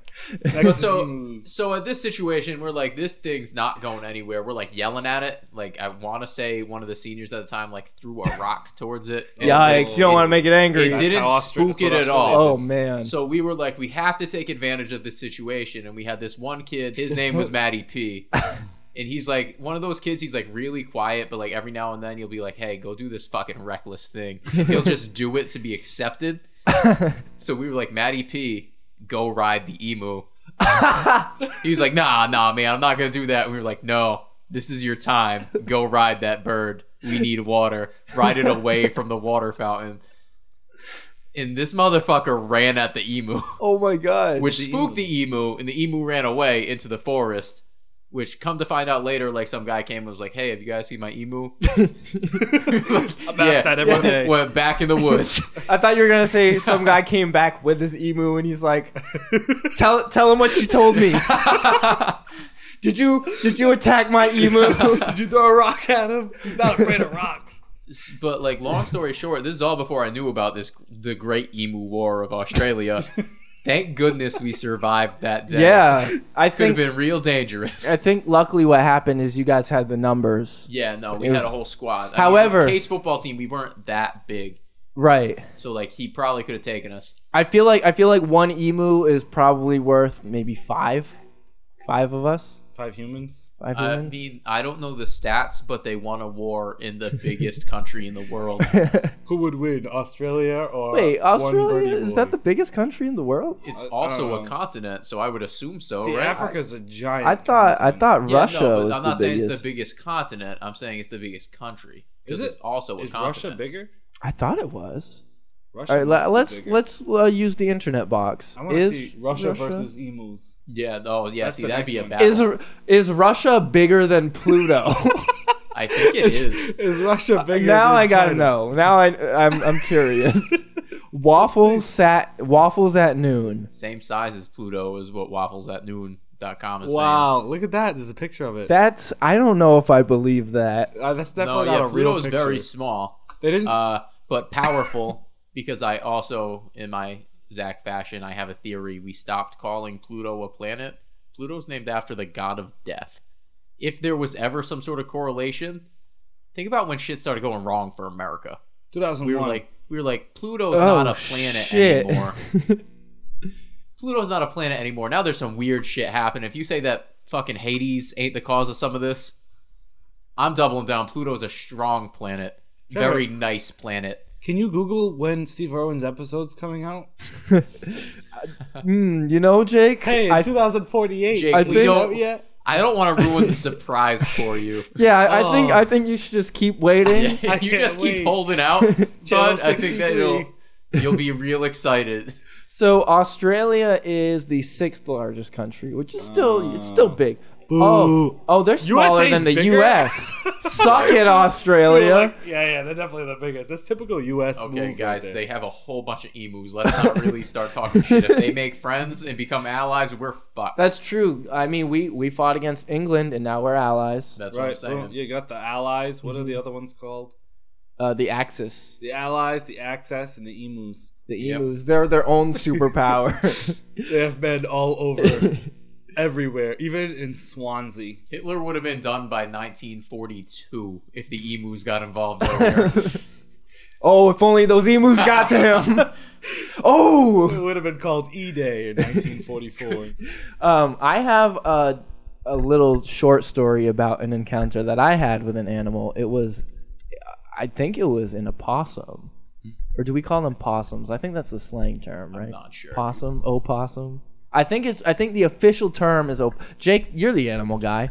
S3: Next
S1: so-
S3: is emus.
S1: so at this situation, we're like, this thing's not going anywhere. We're like yelling at it. Like I want to say one of the seniors at the time like threw a rock towards it. And
S2: Yikes! You don't want to make it angry.
S1: It
S3: That's
S1: didn't
S3: how Austra-
S1: spook
S3: that's what
S1: it at
S3: Australia
S1: all.
S2: oh man.
S1: So we were like, we have to take advantage of this situation. And we had this one kid. His name was Matty P. And he's like one of those kids. He's like really quiet, but like every now and then you'll be like, "Hey, go do this fucking reckless thing." He'll just do it to be accepted. so we were like, "Matty P, go ride the emu." he was like, "Nah, nah, man, I'm not gonna do that." And we were like, "No, this is your time. Go ride that bird. We need water. Ride it away from the water fountain. And this motherfucker ran at the emu,
S2: Oh my god.
S1: which spooked the emu, and the emu ran away into the forest. Which, come to find out later, like some guy came and was like, "Hey, have you guys seen my emu?"
S4: I'm asked that every day.
S1: Went back in the woods.
S2: I thought you were gonna say some guy came back with his emu and he's like, "Tell tell him what you told me. did you did you attack my emu?
S4: Did you throw a rock at him? He's not afraid of rocks.
S1: S- but like long story short this is all before i knew about this the great emu war of australia thank goodness we survived that day
S2: yeah, I
S1: could
S2: think
S1: have been real dangerous
S2: I think luckily what happened is you guys had the numbers
S1: yeah no
S2: It
S1: we had
S2: was-
S1: a whole squad I mean,
S2: However-
S1: the case football team we weren't that big
S2: right.
S1: so like he probably could have taken us
S2: I feel like I feel like one emu is probably worth maybe five, five of us,
S3: Five humans.
S2: five
S1: i
S2: humans.
S1: mean i don't know Uh, the stats but they won a war in the biggest country in the world
S4: Who would win, Australia or
S2: Wait,
S4: One
S2: Australia
S4: birdie
S2: is
S4: boy?
S2: that the biggest country in the world?
S1: it's
S3: I- I
S1: also
S3: don't
S1: a
S3: know.
S1: continent so i would assume so
S4: See,
S1: Oh, right
S4: Africa's a giant.
S2: I thought I
S4: continent.
S2: thought
S1: Yeah, no,
S2: Russia
S1: but
S2: was
S1: i'm
S2: the
S1: not saying
S2: biggest.
S1: it's the biggest continent i'm saying it's the biggest country 'Cause
S3: Is it-
S1: it's also a
S3: Is
S1: continent.
S3: Russia bigger?
S2: I thought it was. All
S3: Russia.
S2: right, le-
S3: must be
S2: let's
S3: bigger.
S2: let's uh, use the internet box.
S3: I want to
S2: Is
S3: see Russia, versus emus.
S1: Yeah, oh yeah,
S3: That's
S1: see
S3: the
S1: that'd
S3: next
S1: be a
S3: one.
S1: battle.
S2: is is Russia bigger than Pluto?
S1: I think it is.
S4: Is Russia bigger?
S2: Uh, now
S4: than
S2: I gotta
S4: China?
S2: know. Now I I'm I'm curious. waffles at waffles at noon.
S1: Same size as Pluto is what waffles at noon.com is
S4: Wow, look at that. There's a picture of it.
S2: That's I don't know if I believe that.
S4: Uh, that's
S1: saying.
S4: definitely
S1: no, yeah,
S4: not a
S1: Pluto
S4: real
S1: is
S4: picture.
S1: very small,
S4: They didn't.
S1: uh, but powerful because I also, in my Zach fashion, I have a theory. We stopped calling Pluto a planet. Pluto's named after the god of death. If there was ever some sort of correlation, think about when shit started going wrong for America. We
S3: 2001.
S1: were like, we were like, Pluto's
S2: Oh,
S1: not a planet
S2: shit.
S1: anymore. Pluto's not a planet anymore. Now there's some weird shit happen. If you say that fucking Hades ain't the cause of some of this, I'm doubling down. Pluto's a strong planet,
S3: Trevor.
S1: very nice planet.
S3: Can you Google when Steve Irwin's episode's coming out?
S2: Hmm, you know, Jake.
S4: hey,
S2: I,
S4: 2048.
S1: Jake,
S2: I
S1: we
S2: think- Oh,
S1: don't.
S4: Oh, yeah.
S1: I don't want to ruin the surprise for you.
S2: yeah, I, I think
S4: Oh.
S2: I think you should just keep waiting.
S1: Yeah, you
S4: can't
S1: just
S4: wait.
S1: keep holding out,
S4: Channel
S1: but I think that
S4: 63.
S1: you'll you'll be real excited.
S2: So Australia is the sixth largest country, which is still it's still big. Oh, oh, they're smaller
S4: USA 's
S2: than the
S4: bigger?
S2: U.S. Suck it,
S4: They're
S2: Australia.
S4: like- yeah, yeah, they're definitely the biggest. That's typical U.S. move
S1: Okay,
S4: right
S1: guys,
S4: there.
S1: they have a whole bunch of emus. Let's not really start talking shit. If they make friends and become allies, we're fucked.
S2: That's true. I mean, we we fought against England, and now we're allies.
S1: That's what I'm
S3: right.
S1: saying.
S3: boom. You got the allies. What are
S2: Mm-hmm.
S3: the other ones called?
S2: Uh, the Axis,
S3: The allies, the access, and the emus.
S2: the
S1: Yep.
S2: emus, they're their own superpower.
S4: They have men all over, everywhere.
S3: Even in Swansea.
S1: Hitler would have been done by 1942 if the emus got involved earlier.
S2: oh, if only those emus got to him. oh,
S4: It would have been called E Day in 1944.
S2: um, I have a a little short story about an encounter that I had with an animal. It was, I think it was an opossum, or do we call them possums? I think that's the slang term, right?
S1: Not sure.
S2: Possum, opossum. I think it's. I think the official term is. Op- Jake, you're the animal guy.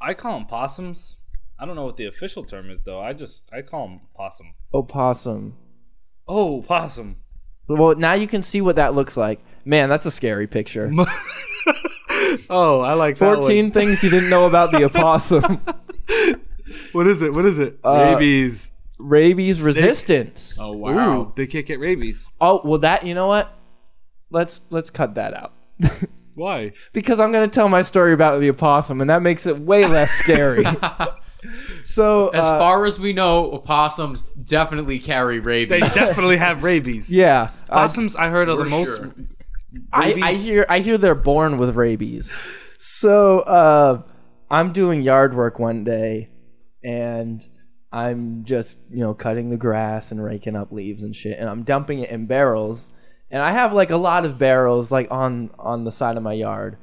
S3: I call them possums. I don't know what the official term is though. I just I call them possum.
S2: Opossum.
S3: Oh, possum.
S2: Well, now you can see what that looks like. Man, that's a scary picture.
S4: oh, I like that
S2: Fourteen things you didn't know about the opossum.
S4: one. What is it? What is it?
S2: Uh,
S4: Rabies.
S2: Rabies resistance.
S1: oh wow!
S4: They can't get rabies.
S2: Oh well, that you know what? Let's let's cut that out
S4: Why?
S2: because I'm gonna tell my story about the opossum, and that makes it way less scary. so
S1: As
S2: uh,
S1: far as we know, opossums definitely carry
S4: They
S1: rabies.
S4: definitely have rabies.
S2: yeah, I,
S3: Possums I heard are the
S1: For
S3: most
S1: sure.
S2: I, I
S3: rabies.
S2: hear I hear they're born with rabies. So uh, I'm doing yard work one day, and I'm just you know cutting the grass and raking up leaves and shit, and I'm dumping it in barrels. And I have like a lot of barrels like on on the side of my yard,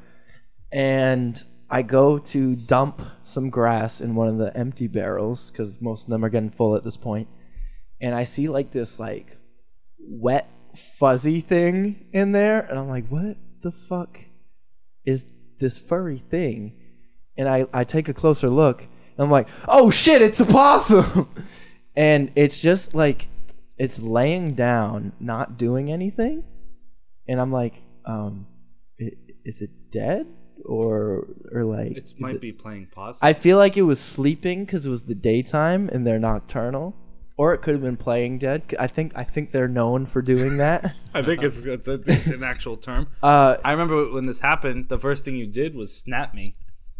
S2: and I go to dump some grass in one of the empty barrels because most of them are getting full at this point, and I see like this like wet fuzzy thing in there and i'm like what the fuck is this furry thing and I, I take a closer look and I'm like, oh shit, it's a possum. and it's just like it's laying down, not doing anything. And I'm like, um, i- is it dead or or like
S3: It
S2: is
S3: might
S2: it-
S3: be playing possum.
S2: I feel like it was sleeping because it was the daytime and they're nocturnal, or it could have been playing dead. I think I think they're known for doing that.
S4: I think it's, it's,
S3: it's
S4: it's
S3: an actual term.
S2: uh,
S3: I remember when this happened. The first thing you did was snap me.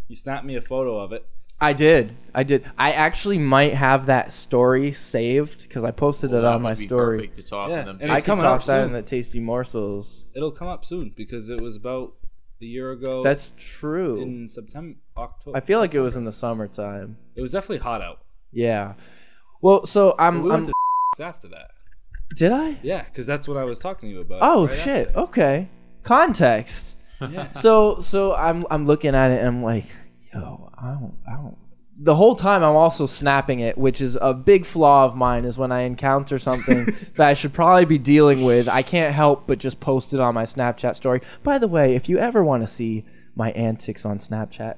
S3: You snapped me a photo of it.
S2: I did, I did. I actually might have that story saved because I posted it
S1: That
S2: on my
S1: would be
S2: story.
S1: perfect to toss
S3: Yeah,
S1: them.
S3: and
S2: I
S3: It's
S2: can
S3: coming up
S2: toss that
S3: soon. Oh.
S2: in the tasty morsels.
S3: It'll come up soon because it was about a year ago.
S2: That's true.
S3: in September, October.
S2: I feel like it was in the summertime.
S3: it was definitely hot out.
S2: Yeah. Well, so I'm.
S3: We
S2: I'm
S3: went to after that.
S2: did I?
S3: Yeah, because that's what I was talking to you about.
S2: Oh
S3: right
S2: shit. Okay. Context.
S3: after. Yeah.
S2: so so I'm I'm looking at it and I'm like, yo, I don't I don't. The whole time I'm also snapping it, which is a big flaw of mine. Is when I encounter something that I should probably be dealing with, I can't help but just post it on my Snapchat story. By the way, if you ever want to see my antics on Snapchat,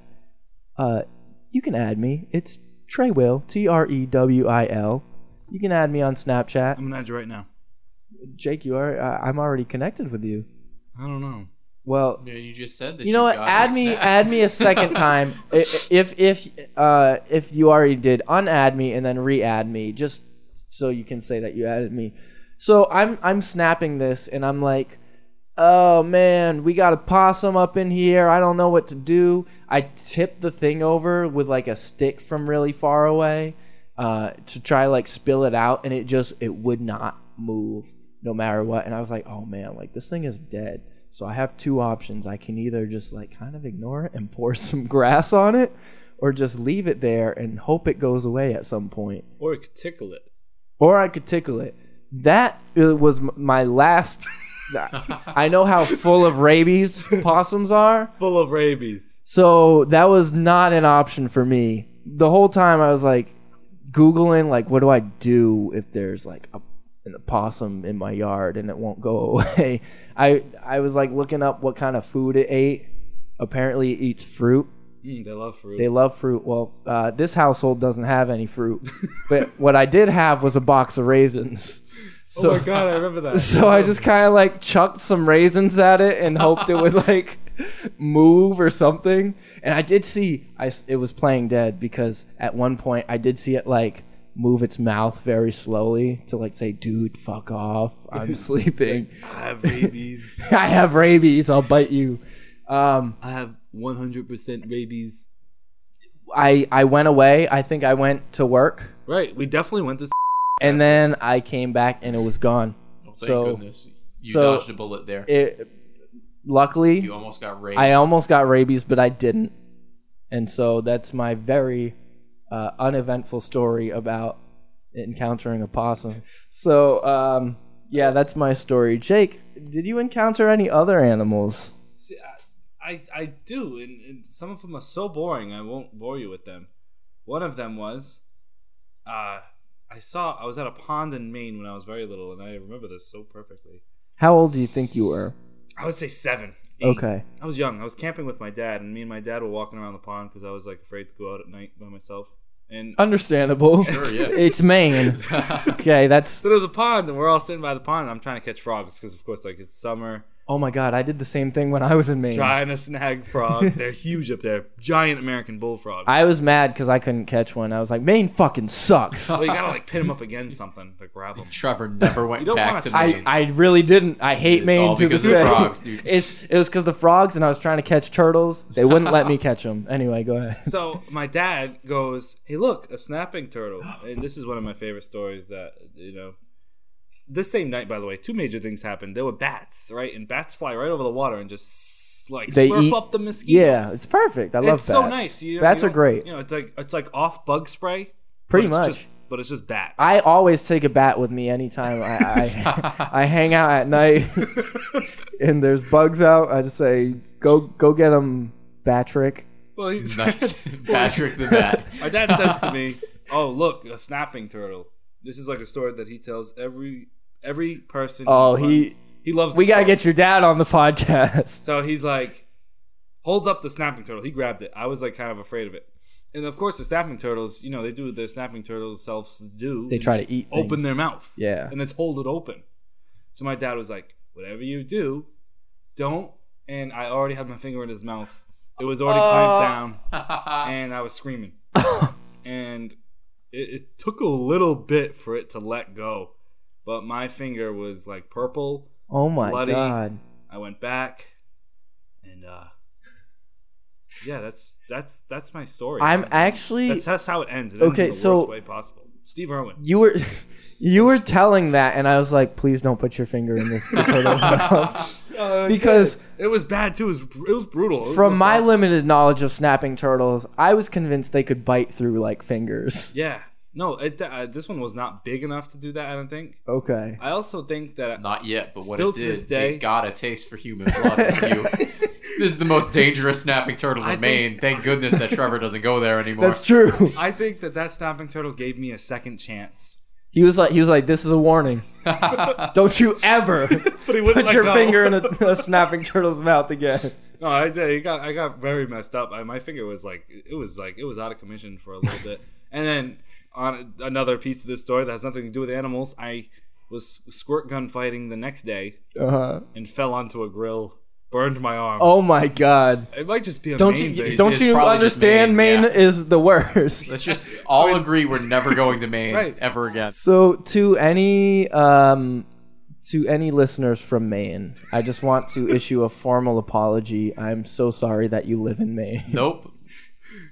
S2: uh, you can add me. It's Trey Will T R E W I L. You can add me on Snapchat.
S3: I'm gonna add you right now.
S2: Jake, you are uh, I'm already connected with you.
S3: I don't know.
S2: Well,
S1: Yeah, you just said that.
S2: you know what?
S1: got
S2: Add
S1: a
S2: me,
S1: snack.
S2: add me a second time. I- i- if if uh, if you already did, unadd me and then re-add me, just so you can say that you added me. So I'm I'm snapping this and I'm like, oh man, we got a possum up in here. I don't know what to do. I tip the thing over with like a stick from really far away uh, to try like spill it out, and it just it would not move no matter what. And I was like, oh man, like this thing is dead. So I have two options. I can either just like kind of ignore it and pour some grass on it, or just leave it there and hope it goes away at some point
S3: Or it could tickle it.
S2: or I could tickle it. That uh, was m- my last. I know how full of rabies possums are,
S4: full of rabies.
S2: so that was not an option for me. The whole time I was like googling, like, what do I do if there's like a an opossum in my yard and it won't go away? I I was like looking up what kind of food it ate. Apparently, it eats fruit.
S3: Mm, they love fruit.
S2: They love fruit. Well, uh, this household doesn't have any fruit, but what I did have was a box of raisins. So,
S3: oh my god, I remember that.
S2: so I just kind of like chucked some raisins at it and hoped it would like move or something. And I did see I s it was playing dead because at one point I did see it like move its mouth very slowly to like say, "Dude, fuck off, I'm sleeping.
S4: I have rabies.
S2: I have rabies. I'll bite you." Um,
S3: I have 100% rabies.
S2: I I went away. I think I went to work.
S3: Right, we definitely went to.
S2: and then I came back and it was gone.
S1: Well, Oh, thank
S2: so
S1: goodness you
S2: so-
S1: dodged a bullet there.
S2: it luckily
S1: you almost got raped.
S2: I almost got rabies, but I didn't, and so that's my very uh, uneventful story about encountering a possum. So um, yeah, that's my story. Jake, did you encounter any other animals?
S3: See, I, I, I do, and, and some of them are so boring. I won't bore you with them. One of them was, uh, I saw I was at a pond in Maine when I was very little, and I remember this so perfectly.
S2: How old do you think you were?
S3: I would say seven. eight.
S2: Okay.
S3: I was young. I was camping with my dad, and me and my dad were walking around the pond because I was like afraid to go out at night by myself. And
S2: Oh. Understandable.
S1: Sure, yeah.
S2: it's Maine. Okay, that's
S3: so there was a pond, and we're all sitting by the pond, and I'm trying to catch frogs because, of course, like it's summer,
S2: Oh my god, I did the same thing when I was in Maine.
S3: trying to snag frogs. They're huge up there, giant American bullfrog.
S2: I was mad cuz I couldn't catch one. I was like, Maine fucking sucks.
S3: Well, you gotta like pin them up against something to grab them.
S1: Trevor never went
S3: You don't
S1: back
S3: wanna
S1: to
S3: touch
S2: I,
S1: Maine.
S2: I really didn't. I hate
S1: It's
S2: Maine
S1: all
S2: to
S1: because
S2: this
S1: of the
S2: day.
S1: frogs, dude.
S2: It's it was because the frogs, and I was trying to catch turtles. They wouldn't let me catch them. Anyway, go ahead.
S3: so my dad goes, "Hey, look, a snapping turtle." And this is one of my favorite stories that you know. This same night, by the way, two major things happened. There were bats, right, and bats fly right over the water and just like
S2: They
S3: slurp
S2: eat-
S3: up the mosquitoes.
S2: Yeah, it's perfect. I love
S3: It's
S2: bats.
S3: so nice. You-
S2: bats
S3: you
S2: are
S3: don't-
S2: great.
S3: You know, it's like it's like off bug spray. but
S2: Pretty
S3: it's
S2: much.
S3: just- but it's just bats.
S2: I always take a bat with me anytime I I, I hang out at night and there's bugs out. I just say go go get them, Batrick.
S3: well, he's,
S1: Nice. Patrick the Bat.
S3: My dad says to me, "Oh, look, a snapping turtle." This is like a story that he tells every every person.
S2: Oh,
S3: runs.
S2: he-
S3: he loves.
S2: We
S3: this
S2: gotta
S3: story.
S2: get your dad on the podcast.
S3: So he's like, holds up the snapping turtle. He grabbed it. I was like kind of afraid of it. And of course, the snapping turtles, you know, they do what the snapping turtles selves do.
S2: They try to eat.
S3: open
S2: things.
S3: their mouth.
S2: Yeah.
S3: And let's hold it open. So my dad was like, whatever you do, don't. And I already had my finger in his mouth. It was already clamped
S1: Uh.
S3: down, and I was screaming. and it, it took a little bit for it to let go, but my finger was like purple.
S2: Oh my
S3: bloody-
S2: god.
S3: I went back, and uh, yeah, that's that's that's my story.
S2: I'm actually
S3: that's, that's how it ends. It ends
S2: Okay,
S3: in the
S2: so-
S3: worst way possible. Steve Irwin.
S2: you were you were telling that and I was like, please don't put your finger in this turtle's mouth. Because
S3: Uh, It was bad too. It was, it was brutal. It was
S2: from my
S3: awful.
S2: limited knowledge of snapping turtles, I was convinced they could bite through like fingers.
S3: Yeah. No, it, uh, this one was not big enough to do that, I don't think.
S2: Okay.
S3: I also think that.
S1: Not yet, but what
S3: Still
S1: it
S3: to
S1: did,
S3: this day-
S1: it got a taste for human blood. in you. This is the most dangerous snapping turtle
S3: I
S1: in Maine. Thank goodness that Trevor doesn't go there anymore.
S2: That's true.
S3: I think that that snapping turtle gave me a second chance.
S2: He was like he was like, This is a warning. don't you ever
S3: But he
S2: put your finger in a, a snapping turtle's mouth again.
S3: No, I did. It got, I got very messed up. I, my finger was like, it was like, it was out of commission for a little bit. And then on another piece of this story that has nothing to do with animals, I was squirt gun fighting the next day
S2: Uh-huh.
S3: and fell onto a grill, burned my arm.
S2: Oh my god.
S3: It might just be a
S2: Don't
S3: Maine
S2: you
S3: thing.
S2: don't
S1: It's
S2: you
S1: probably just
S2: understand Maine,
S1: Maine, yeah.
S2: is the worst.
S1: Let's just all agree we're never going to Maine
S3: Right.
S1: ever again.
S2: So to any um to any listeners from Maine, I just want to issue a formal apology. I'm so sorry that you live in Maine.
S1: Nope.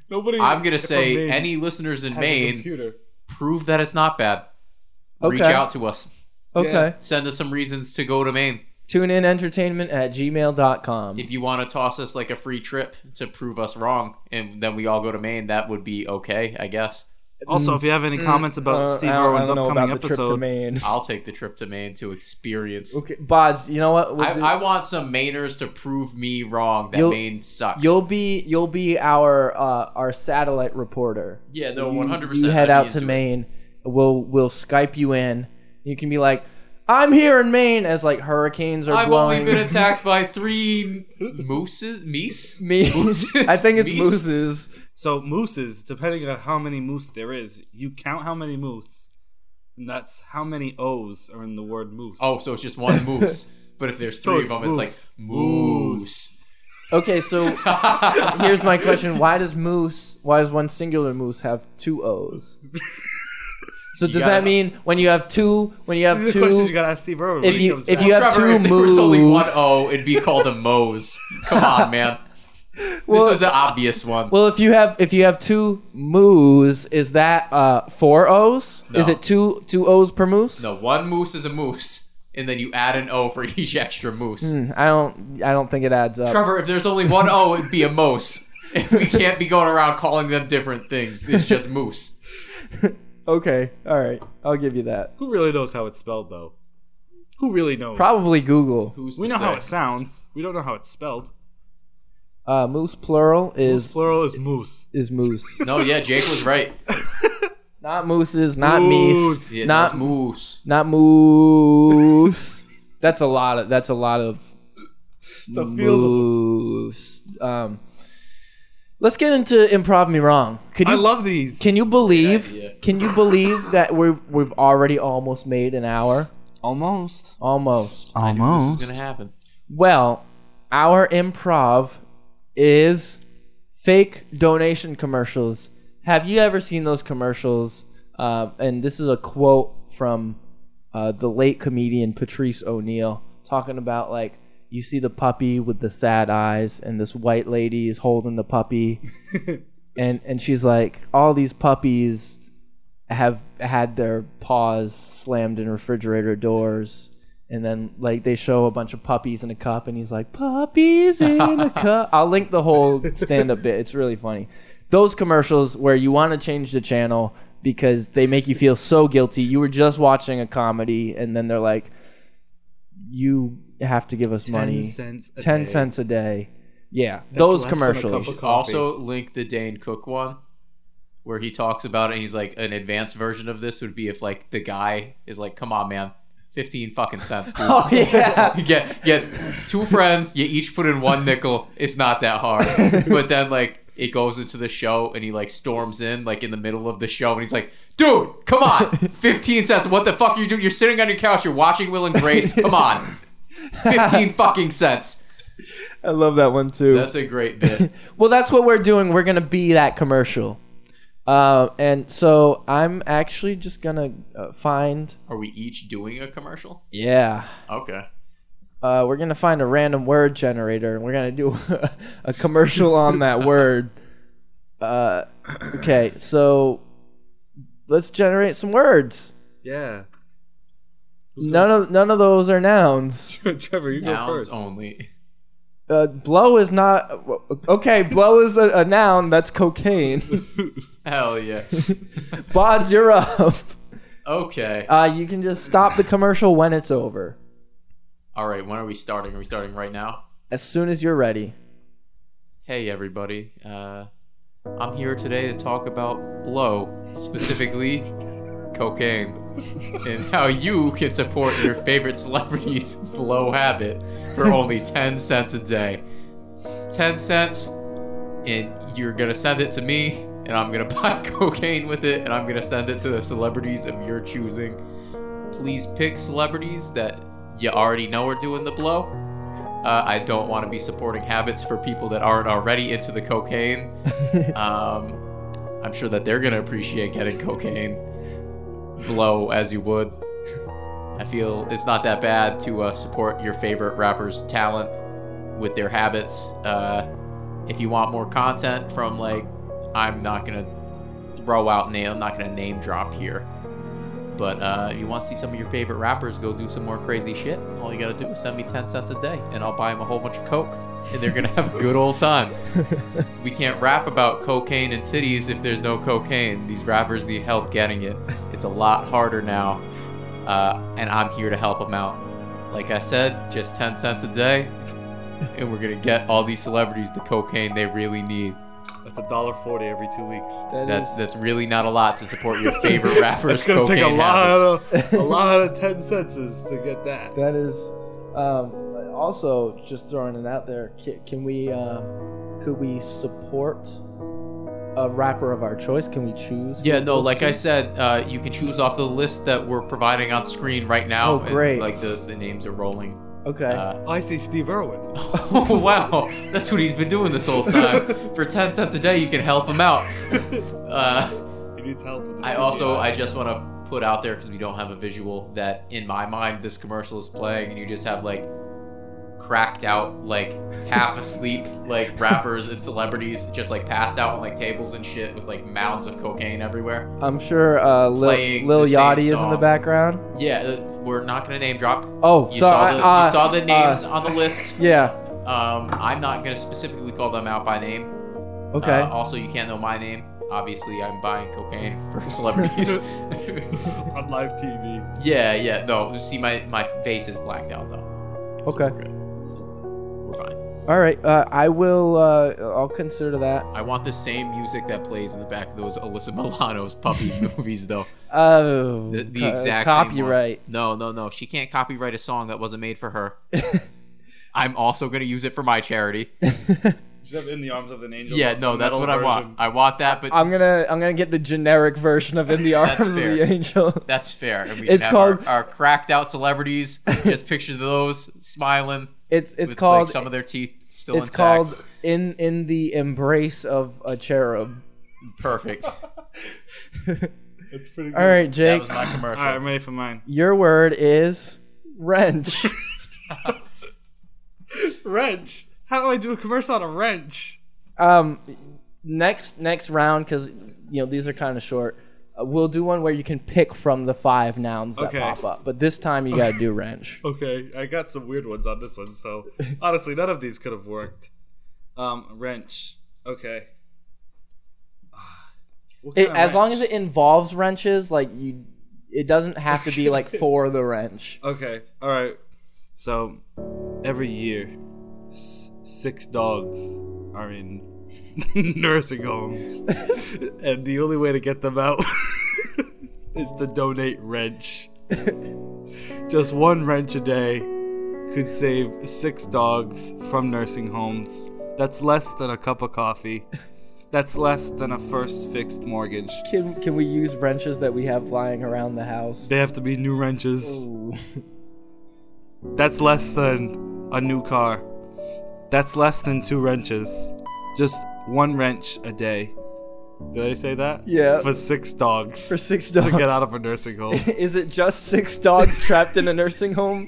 S3: Nobody.
S1: I'm gonna
S3: from
S1: say
S3: Maine
S1: any listeners in
S3: has a
S1: Maine
S3: computer.
S2: Mm.
S1: prove that it's not bad. Reach
S2: Okay.
S1: out to us.
S2: Okay.
S3: Yeah.
S1: Send us some reasons to go to Maine.
S2: Tune in entertainment at gmail.com.
S1: If you want to toss us like a free trip to prove us wrong, and then we all go to Maine, that would be okay, I guess.
S3: Also, if you have any comments about
S2: Uh,
S3: Steve
S2: I don't- I
S3: Irwin's
S2: don't know
S3: upcoming
S2: about the trip to
S3: episode,
S2: Maine.
S1: I'll take the trip to Maine to experience.
S2: Okay, Bods, you know what? We'll
S1: I,
S2: do-
S1: I want some Mainers to prove me wrong that
S2: You'll-
S1: Maine sucks.
S2: You'll be you'll be our uh, our satellite reporter.
S1: Yeah, no,
S2: you-
S1: 100%,
S2: You head
S1: I'd be
S2: out to
S1: into it.
S2: Maine. We'll we'll Skype you in. You can be like, I'm here in Maine as like hurricanes are
S1: I've
S2: blowing.
S1: only been attacked by three mooses, meese.
S2: Me,
S1: Mooses?
S2: I think it's
S1: Meese?
S2: mooses.
S3: so mooses, depending on how many moose there is, you count how many moose, and that's how many O's are in the word moose.
S1: Oh, so it's just one moose. But if there's
S3: So
S1: three
S3: it's
S1: of them,
S3: moose.
S1: it's like moose.
S2: Okay, so here's my question: Why does moose? Why does one singular moose have two O's? So does
S1: gotta-
S2: that mean when you have two? When you have
S3: This is the
S2: two?
S3: question you gotta ask Steve Irwin.
S2: if
S3: when he
S2: you-
S3: comes
S2: if
S3: back.
S2: you have
S1: Trevor, if
S2: two
S1: there was only one
S2: moose.
S1: O, it'd be called a Mose. Come on, man.
S2: Well-
S1: this was the obvious one.
S2: Well, if you have if you have two moos, is that uh, four O's? Is
S1: No.
S2: it two two O's per moose?
S1: no, one moose is a moose, and then you add an O for each extra moose.
S2: Hmm, I don't I don't think it adds up.
S1: Trevor, if there's only one O, it'd be a moose. And we can't be going around calling them different things. It's just moose.
S2: Okay, all right, I'll give you that.
S3: who really knows how it's spelled though? Who really knows?
S2: Probably Google.
S1: Who's
S3: We
S1: to
S3: know
S1: say?
S3: how it sounds. We don't know how it's spelled.
S2: Uh, moose plural is
S3: Moose plural is moose.
S2: is moose,
S1: No, yeah, Jake was right.
S2: not mooses, not
S3: Moose.
S2: meese,
S1: Yeah,
S2: not
S1: not moose.
S2: not moose. that's a lot of that's a lot of
S3: The field.
S2: moose. Um, let's get into improv me wrong. Could
S3: I
S2: you
S3: love these.
S2: Can you
S1: idea.
S2: believe? Can you believe that we've we've already almost made an hour?
S3: Almost.
S2: Almost.
S1: This
S3: Almost.
S1: is gonna happen.
S2: Well, our improv is fake donation commercials. Have you ever seen those commercials? Um, and this is a quote from uh, the late comedian Patrice O'Neill talking about like you see the puppy with the sad eyes, and this white lady is holding the puppy, and and she's like, all these puppies have had their paws slammed in refrigerator doors and then like they show a bunch of puppies in a cup and he's like puppies in a cup i'll link the whole stand-up bit it's really funny those commercials where you want to change the channel because they make you feel so guilty you were just watching a comedy and then they're like you have to give us money
S3: Ten cents. A
S2: 10
S3: day.
S2: cents a day yeah those
S3: less than a cup of
S2: commercials
S3: coffee.
S1: Also, link the Dane Cook one where he talks about it. And he's like, an advanced version of this would be if like the guy is like, "Come on, man, fifteen fucking cents. Dude.
S2: Oh yeah.
S1: You get get two friends. You each put in one nickel. It's not that hard. But then like it goes into the show, and he like storms in like in the middle of the show, and he's like, "Dude, come on, fifteen cents. What the fuck are you doing? You're sitting on your couch. You're watching Will and Grace. Come on, fifteen fucking cents.
S2: I love that one too.
S1: That's a great bit.
S2: well, that's what we're doing. We're gonna be that commercial. Uh, and so I'm actually just gonna uh, find.
S1: Are we each doing a commercial?
S2: Yeah.
S1: Okay.
S2: uh, we're gonna find a random word generator and we're gonna do a, commercial on that word. Uh, okay, so let's generate some words.
S3: Yeah.
S2: None of none of those are nouns.
S3: Trevor, you go
S1: Nouns
S3: first.
S1: only.
S2: Uh, blow is not okay. Blow is a, a noun. That's cocaine.
S1: Hell yeah.
S2: Bods, you're up.
S1: Okay.
S2: Uh, you can just stop the commercial when it's over,
S1: All right. When are we starting? Are we starting right now?
S2: as soon as you're ready.
S1: Hey, everybody. Uh, I'm here today to talk about blow, specifically cocaine, and how you can support your favorite celebrity's blow habit for only 10 cents a day. 10 cents, and you're going to send it to me, and I'm going to buy cocaine with it, and I'm going to send it to the celebrities of your choosing. Please pick celebrities that you already know are doing the blow. Uh, I don't want to be supporting habits for people that aren't already into the cocaine. um, I'm sure that they're going to appreciate getting cocaine. Blow as you would. I feel it's not that bad to uh, support your favorite rapper's talent with their habits. Uh, if you want more content from, like, I'm not going to throw out name, I'm not going to name drop here. But uh, if you want to see some of your favorite rappers go do some more crazy shit, all you gotta do is send me 10 cents a day and I'll buy them a whole bunch of Coke and they're gonna have a good old time. we can't rap about cocaine and titties if there's no cocaine. These rappers need help getting it. It's a lot harder now. Uh, and I'm here to help them out. Like I said, just 10 cents a day and we're gonna get all these celebrities the cocaine they really need.
S4: That's a dollar forty every two weeks.
S2: That
S1: That's
S2: is-
S1: that's really not a lot to support your favorite rappers.
S4: It's gonna
S1: cocaine
S4: take a lot,
S1: habits.
S4: of, a lot of ten senses to get that.
S2: That is um, also just throwing it out there. Can, can we uh, could we support a rapper of our choice? Can we choose?
S1: Yeah, no, like I said, uh, you can choose off the list that we're providing on screen right now.
S2: Oh, great.
S1: And, like the, the names are rolling.
S2: Okay.
S1: Uh,
S4: I see Steve Irwin.
S1: oh, wow. That's what he's been doing this whole time. For 10 cents a day, you can help him out. Uh,
S4: He needs help with this.
S1: I also, I just want to put out there because we don't have a visual that in my mind this commercial is playing and you just have like cracked out, like half asleep, like rappers and celebrities just like passed out on like tables and shit with like mounds of cocaine everywhere.
S2: I'm sure uh, Lil,
S1: playing
S2: Lil
S1: the same
S2: Yachty is in the
S1: song.
S2: background.
S1: Yeah, uh, we're not gonna name drop.
S2: Oh,
S1: You,
S2: so
S1: saw,
S2: I-
S1: the, you
S2: uh,
S1: saw the names
S2: uh,
S1: on the list.
S2: yeah.
S1: Um, I'm not gonna specifically call them out by name.
S2: Okay.
S1: Uh, also, you can't know my name. Obviously, I'm buying cocaine for celebrities.
S4: on live TV.
S1: yeah, yeah. No, see, my my face is blacked out though.
S2: okay.
S1: We're, good. We're fine.
S2: All right. Uh, I will. Uh, I'll consider that.
S1: I want the same music that plays in the back of those Alyssa Milano's puppy movies though.
S2: Oh,
S1: The, the
S2: co-
S1: exact same one.
S2: copyright.
S1: No, no, no. She can't copyright a song that wasn't made for her. I'm also gonna use it for my charity.
S3: Just have in the arms of an angel.
S1: Yeah, no,
S3: the
S1: that's
S3: metal
S1: what I
S3: version.
S1: want. I want that, but
S2: I'm gonna. I'm gonna get the generic version of "In the Arms of
S1: fair.
S2: the Angel."
S1: that's fair. And we
S2: It's
S1: have our-
S2: called-
S1: our, cracked out celebrities. just pictures of those smiling.
S2: It's it's
S1: with,
S2: called.
S1: like, some of their teeth still
S2: it's
S1: intact.
S2: called "In in the Embrace of a Cherub."
S1: perfect.
S4: That's pretty. Good.
S2: All right,
S1: That
S2: Jake,
S1: was my commercial.
S3: All right, I'm ready for mine.
S2: your word is wrench.
S4: Wrench. How do I do a commercial on a wrench?
S2: um, next next round, because you know these are kind of short. Uh, we'll do one where you can pick from the five nouns that
S3: Okay.
S2: pop up, but this time you gotta do wrench.
S4: Okay, I got some weird ones on this one. So honestly, none of these could have worked.
S3: Um, wrench. Okay. Ah, What
S2: It,
S3: kind of
S2: as long as
S3: wrench?
S2: it involves wrenches, like you, it doesn't have to be like for the wrench.
S3: Okay. All right. So every year, s- six dogs are in
S4: Nursing homes, and the only way to get them out is to donate wrench.
S3: Just one wrench a day could save six dogs from nursing homes. That's less than a cup of coffee. That's less than a first fixed mortgage.
S2: Can can we use wrenches that we have flying around the house?
S3: They have to be new wrenches.
S2: Ooh.
S3: That's less than a new car. That's less than two wrenches. Just one wrench a day. Did I say that?
S2: Yeah.
S3: For six dogs.
S2: For six
S3: to get
S2: dogs.
S3: out of a nursing home.
S2: Is it just six dogs trapped in a nursing home?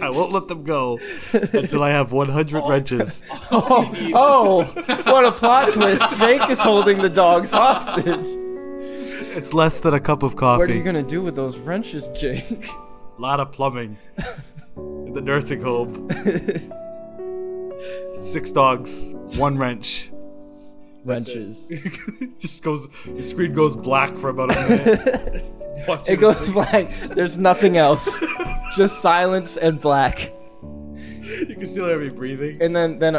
S3: I won't let them go until I have 100 wrenches.
S2: Oh, oh, what a plot twist. Jake is holding the dogs hostage.
S3: It's less than a cup of
S2: What are you
S3: coffee.
S2: going to do with those wrenches, Jake?
S3: A lot of plumbing in the nursing home. Six dogs, one wrench.
S2: wrenches.
S3: Just goes. The screen goes black for about a minute. Watching
S2: It goes black. There's nothing else. Just silence and black.
S3: You can still hear me breathing.
S2: And then then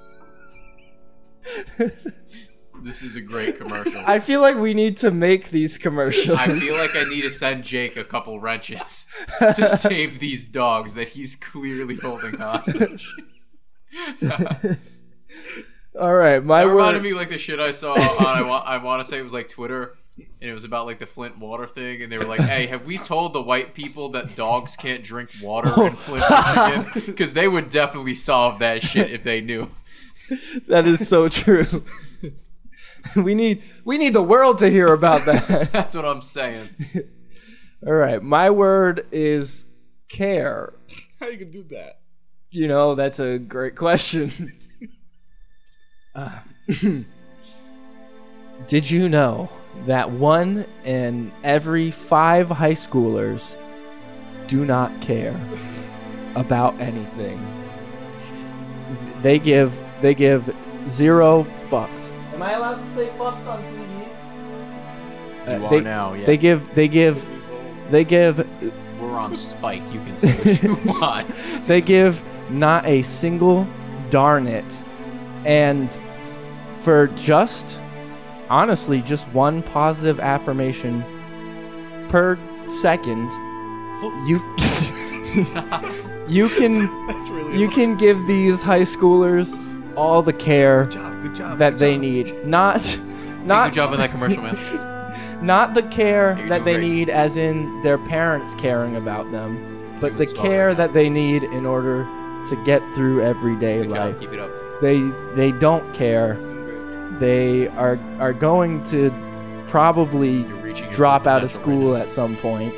S1: This is a great commercial. I,
S2: I feel like we need to make these commercials.
S1: feel like I need to send Jake a couple wrenches to save these dogs that he's clearly holding hostage.
S2: All right, my
S1: It reminded
S2: word.
S1: me like the shit I saw on I, wa- I want to say it was like Twitter, and it was about like the Flint water thing, and they were like, "Hey, have we told the white people that dogs can't drink water
S2: Oh.
S1: in Flint, Michigan? Because they would definitely solve that shit if they knew."
S2: that is so true. we need we need the world to hear about that.
S1: That's what I'm saying.
S2: All right, my word is care.
S3: How you can do that?
S2: You know, that's a great question. Uh, did you know that one in every five high schoolers do not care about anything? They give they give zero fucks. Am I allowed to say fucks on TV?
S1: You are
S2: Uh, they,
S1: now. Yeah,
S2: they give they give they give
S1: we're on Spike. You can say what you want.
S2: They give not a single darn it. And for just, honestly, just one positive affirmation per second, you. You can
S3: That's really.
S2: you can give these high schoolers all the care
S3: Good job. Good job.
S2: that they need. Not
S1: Good
S2: not
S1: job on that commercial, man.
S2: not the care
S1: You're
S2: that
S1: doing
S2: they
S1: great.
S2: need as in their parents caring about them, but
S1: Doing
S2: the
S1: swell right
S2: care
S1: now.
S2: that they need in order to get through everyday
S1: Good
S2: life
S1: job. Keep it up.
S2: they they don't care. They are are going to probably
S1: You're reaching. Your
S2: drop
S1: full
S2: out of
S1: potential
S2: school
S1: right
S2: at some point.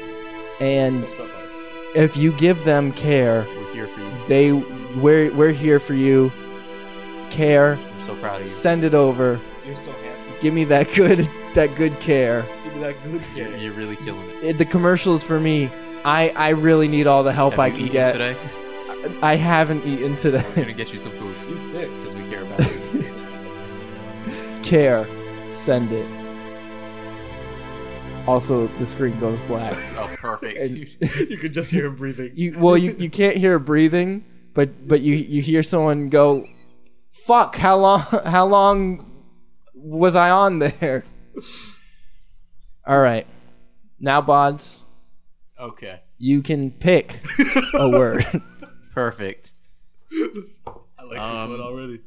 S2: And
S3: Stop that.
S2: if you give them care,
S1: now. We're here for you.
S2: they we're we're here for you. Care,
S1: I'm so proud of you.
S2: send it over.
S3: You're so handsome.
S2: Give me that good that good care.
S3: Give me that good
S1: You're, you're really killing it.
S2: It- the commercials for me. I I really need all the help
S1: Have
S2: I
S1: you
S2: can
S1: eaten
S2: get.
S1: today.
S2: I haven't eaten
S1: We're
S2: today.
S1: gonna get you some food
S3: You thick.
S1: because we care about you.
S2: care, send it. Also, the screen goes black.
S1: Oh, perfect.
S2: And-
S3: You could just hear him breathing.
S2: You well, you, you can't hear breathing, but but you you hear someone go, "Fuck! How long how long was I on there?" All right, now Bods,
S1: okay.
S2: you can pick a word.
S1: Perfect.
S3: I like
S1: Um,
S3: this one already.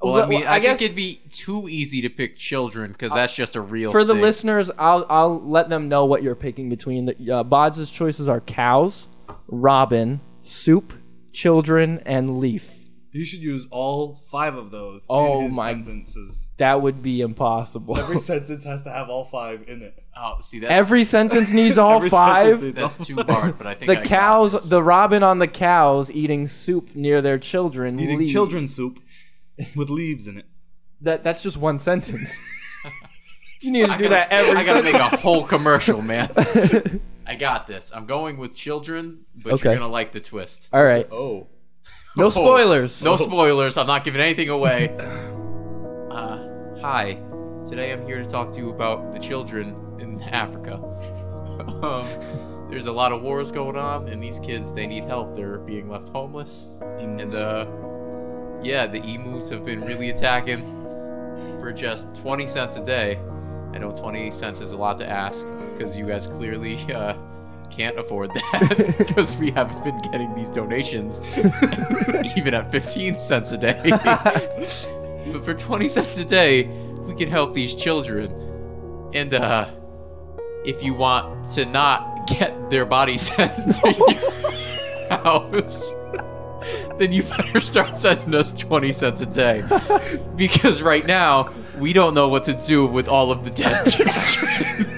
S1: Well, I
S2: Well,
S1: mean,
S2: I
S1: I,
S2: guess-
S1: think it'd be too easy to pick children because that's just a real
S2: For the
S1: thing.
S2: listeners, I'll I'll let them know what you're picking between the uh, Bods' choices are cows, robin, soup, children, and leaf.
S3: You should use all five of those
S2: Oh
S3: in his
S2: my-
S3: sentences.
S2: That would be impossible.
S3: Every
S2: Every,
S3: sentence has to have all five in it.
S1: Oh, see, that's,
S2: sentence needs all
S3: Every
S2: five.
S3: sentence needs
S1: that's
S3: all-
S1: too hard, but I think I
S2: the
S1: got
S2: cows,
S1: this.
S2: the robin on the cows eating soup near their children.
S3: eating
S2: leave.
S3: children's soup with leaves in it.
S2: That that's just one sentence. you need to
S1: I
S2: do
S1: gotta-
S2: that every.
S1: I gotta make
S2: sentence.
S1: a whole commercial, man. I got this. I'm going with children, but
S2: Okay.
S1: you're gonna like the twist.
S2: All right,
S3: Oh.
S2: no spoilers.
S1: No spoilers. I'm not giving anything away. Uh, hi. Today I'm here to talk to you about the children in Africa. um, there's a lot of wars going on, and these kids they need help. They're being left homeless, and uh, yeah, the emus have been really attacking for just 20 cents a day. I know 20 cents is a lot to ask because you guys clearly uh, can't afford that because we haven't been getting these donations even at 15 cents a day. but for 20 cents a day, we can help these children. And uh, if you want to not get their body sent to your house, then you better start sending us 20 cents a day. Because right now, we don't know what to do with all of the dead children.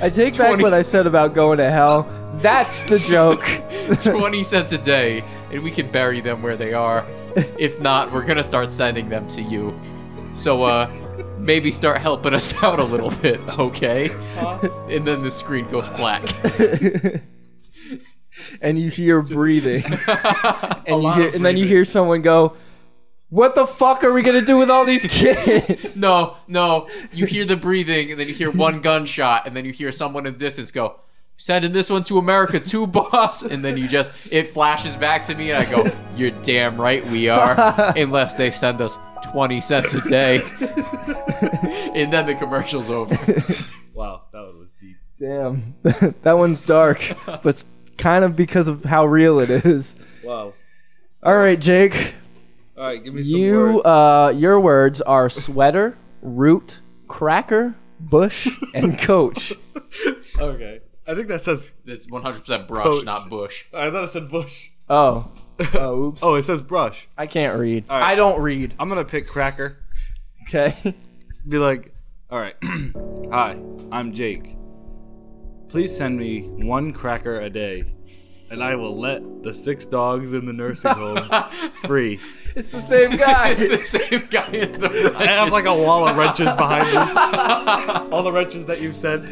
S2: I take back
S1: 20
S2: what I said about going to hell. That's the joke.
S1: 20 cents a day, and we can bury them where they are. If not, we're gonna start sending them to you. So, uh, maybe start helping us out a little bit, okay? And then the screen goes black.
S2: and you hear breathing,
S1: A
S2: and you
S1: lot
S2: hear,
S1: of
S2: and then you
S1: breathing.
S2: hear someone go, "What the fuck are we gonna do with all these kids?"
S1: No, no. You hear the breathing, and then you hear one gunshot, and then you hear someone in the distance go, "Sending this one to America, too, boss." And then you just it flashes back to me, and I go, "You're damn right we are, unless they send us twenty cents a day." and then the commercial's over.
S4: Wow, that one was deep.
S2: Damn, that one's dark, but it's kind of because of how real it is.
S3: Wow.
S2: All right, Jake,
S3: All right, give me some
S2: you
S3: words.
S2: uh, your words are sweater, root, cracker, bush, and coach.
S4: Okay. I think that says.
S1: It's one hundred percent brush,
S4: Coach.
S1: not bush.
S4: I thought it said bush.
S2: Oh, oh, oops.
S4: Oh, it says brush.
S2: I can't read.
S3: right.
S2: I don't read.
S3: I'm gonna pick Cracker.
S2: Okay.
S4: Be like,
S3: All right. Hi, I'm Jake. Please send me one cracker a day, and I will let the six dogs in the nursing home free.
S2: It's the same guy.
S1: It's the same guy as the.
S4: I have like a wall of wrenches behind me. All the wrenches that you've sent.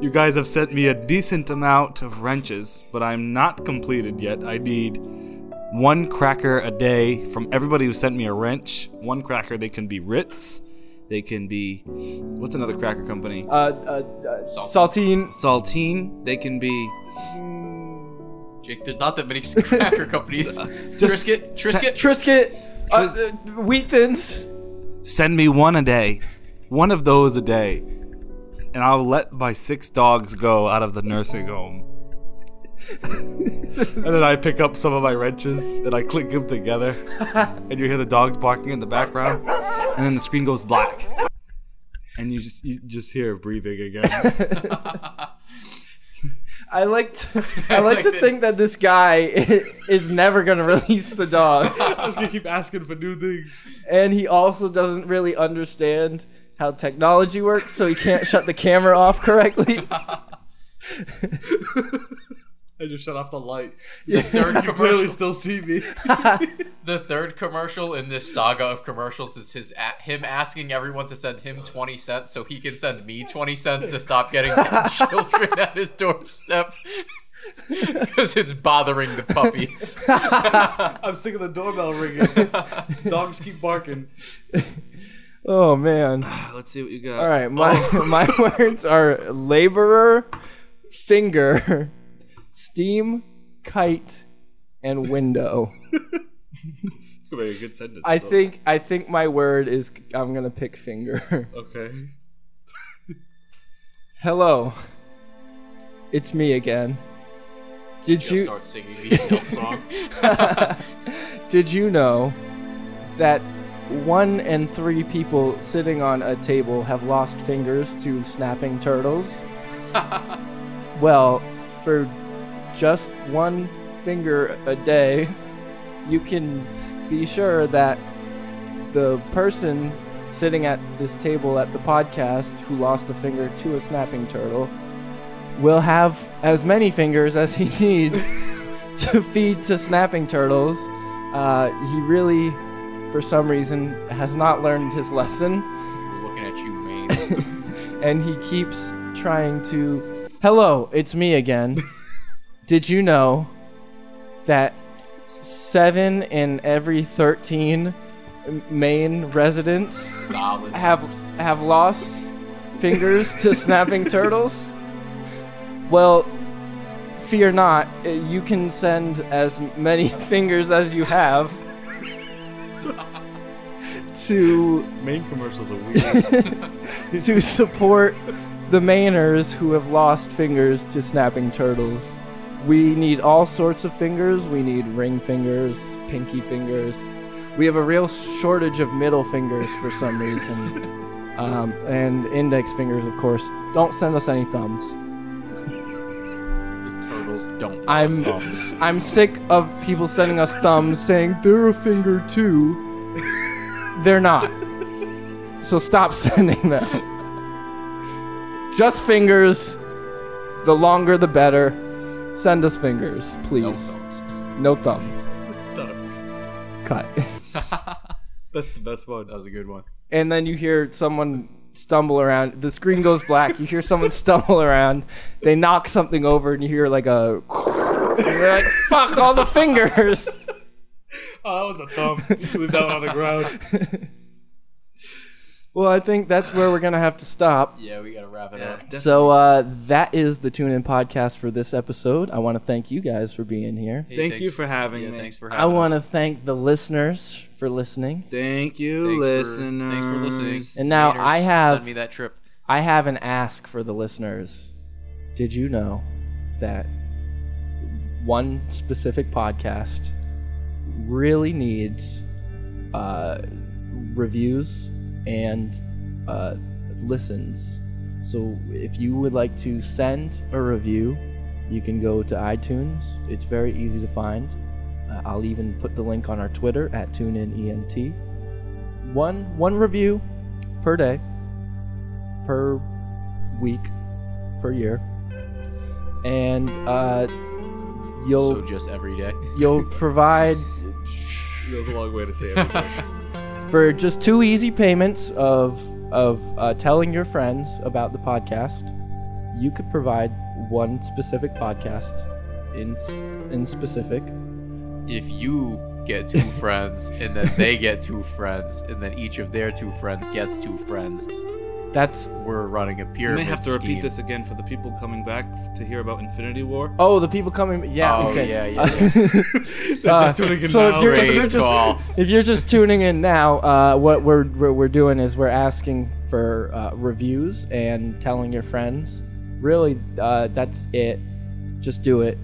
S3: You guys have sent me a decent amount of wrenches, but I'm not completed yet. I need one cracker a day from everybody who sent me a wrench. One cracker, they can be Ritz, they can be what's another cracker company?
S2: uh, uh, uh, Saltine.
S3: Saltine, they can be
S1: Jake, there's not that many cracker companies.
S3: Just
S1: Trisket, Trisket.
S2: Trisket. Uh,
S3: Tris-
S2: uh, wheat thins.
S3: send me one a day, one of those a day, and I'll let my six dogs go out of the nursing home.
S4: And then I pick up some of my wrenches and I click them together.
S3: And you hear the dogs barking in the background, and then the screen goes black, and you just you just hear breathing again.
S2: I like to, I like to
S1: like it.
S2: think that this guy i- is never gonna release the dogs,
S4: I was gonna keep asking for new things.
S2: and he also doesn't really understand how technology works, so he can't shut the camera off correctly.
S4: I just shut off the lights.
S1: Third commercial.
S4: Clearly still see me.
S1: the third commercial in this saga of commercials is his a- him asking everyone to send him 20 cents so he can send me 20 cents to stop getting children at his doorstep because it's bothering the puppies
S4: I'm sick of the doorbell ringing. Dogs keep barking.
S2: Oh man!
S3: Ah, Let's see what you got. Oh.
S2: All right, my my words are laborer, finger, steam, kite, and window.
S4: Could be a good sentence.
S2: I
S4: though.
S2: think I think my word is I'm gonna pick finger.
S4: Okay.
S2: Hello, it's me again. Did
S1: just
S2: you?
S1: start singing the adult song
S2: Did you know that one in three people sitting on a table have lost fingers to snapping turtles? well, for just one finger a day, you can be sure that the person sitting at this table at the podcast who lost a finger to a snapping turtle will have as many fingers as he needs to feed to snapping turtles. Uh, he really, for some reason, has not learned his lesson,
S1: we're looking at you man
S2: and he keeps trying to. Hello, it's me again. Did you know that seven in every 13 Maine residents
S1: solid
S2: have have lost fingers to snapping turtles? Well, fear not. Uh, You can send as many fingers as you have to
S4: Main commercials are weird.
S2: to support the Mainers who have lost fingers to snapping turtles. We need all sorts of fingers. We need ring fingers, pinky fingers. We have a real shortage of middle fingers for some reason. Um, and index fingers, of course. Don't send us any thumbs.
S1: Turtles don't. have
S2: I'm-
S1: thumbs.
S2: I'm sick of people sending us thumbs saying they're a finger too. They're not. So stop sending them. Just fingers. The longer the better. Send us fingers,
S1: No
S2: please.
S1: thumbs.
S2: No thumbs.
S4: Stop.
S2: Cut.
S4: That's the best
S1: That
S4: one.
S1: was a good one.
S2: and then you hear someone stumble around. The screen goes black. You hear someone stumble around. They knock something over and you hear like a and they're like, fuck all the fingers.
S4: Oh, that was a thumb. Leave that one on the ground.
S2: Well, I think that's where we're gonna have to stop.
S1: Yeah, we gotta wrap it up.
S2: So uh, that is the tune in podcast for this episode. I want to thank you guys for being here.
S1: Hey,
S3: Thank
S1: thanks-
S3: you for having
S1: yeah,
S3: me.
S1: Thanks for having
S2: I want to
S1: us.
S2: thank the listeners for listening.
S3: Thank you,
S1: Thanks for-
S3: listeners.
S1: thanks for listening.
S3: uh,
S2: And now
S1: Haters,
S2: I have-
S1: send me that trip.
S2: I have an ask for the listeners. Did you know that one specific podcast really needs uh, reviews and uh, listens? So if you would like to send a review, you can go to iTunes. It's very easy to find. Uh, I'll even put the link on our Twitter at TuneInENT. One one review per day per week per year and uh, you'll
S1: So just every day.
S2: you'll provide
S4: That was a long way to say everything.
S2: for just two easy payments of of uh, telling your friends about the podcast you could provide one specific podcast in s- in specific
S1: If you get two friends and then they get two friends and then each of their two friends gets two friends,
S2: that's
S1: we're running a
S3: You
S1: pyramid.
S3: may have to
S1: scheme.
S3: repeat this again for the people coming back to hear about Infinity War.
S2: oh the people coming yeah
S1: Oh,
S2: okay
S1: yeah, yeah,
S4: They're
S2: Uh,
S4: just tuning in
S2: so if
S4: now.
S2: you're-
S1: Great
S2: they're just-
S1: call.
S2: if you're just tuning in now, uh, what we're, we're we're doing is we're asking for uh, reviews and telling your friends. Really, uh, that's it. Just do it.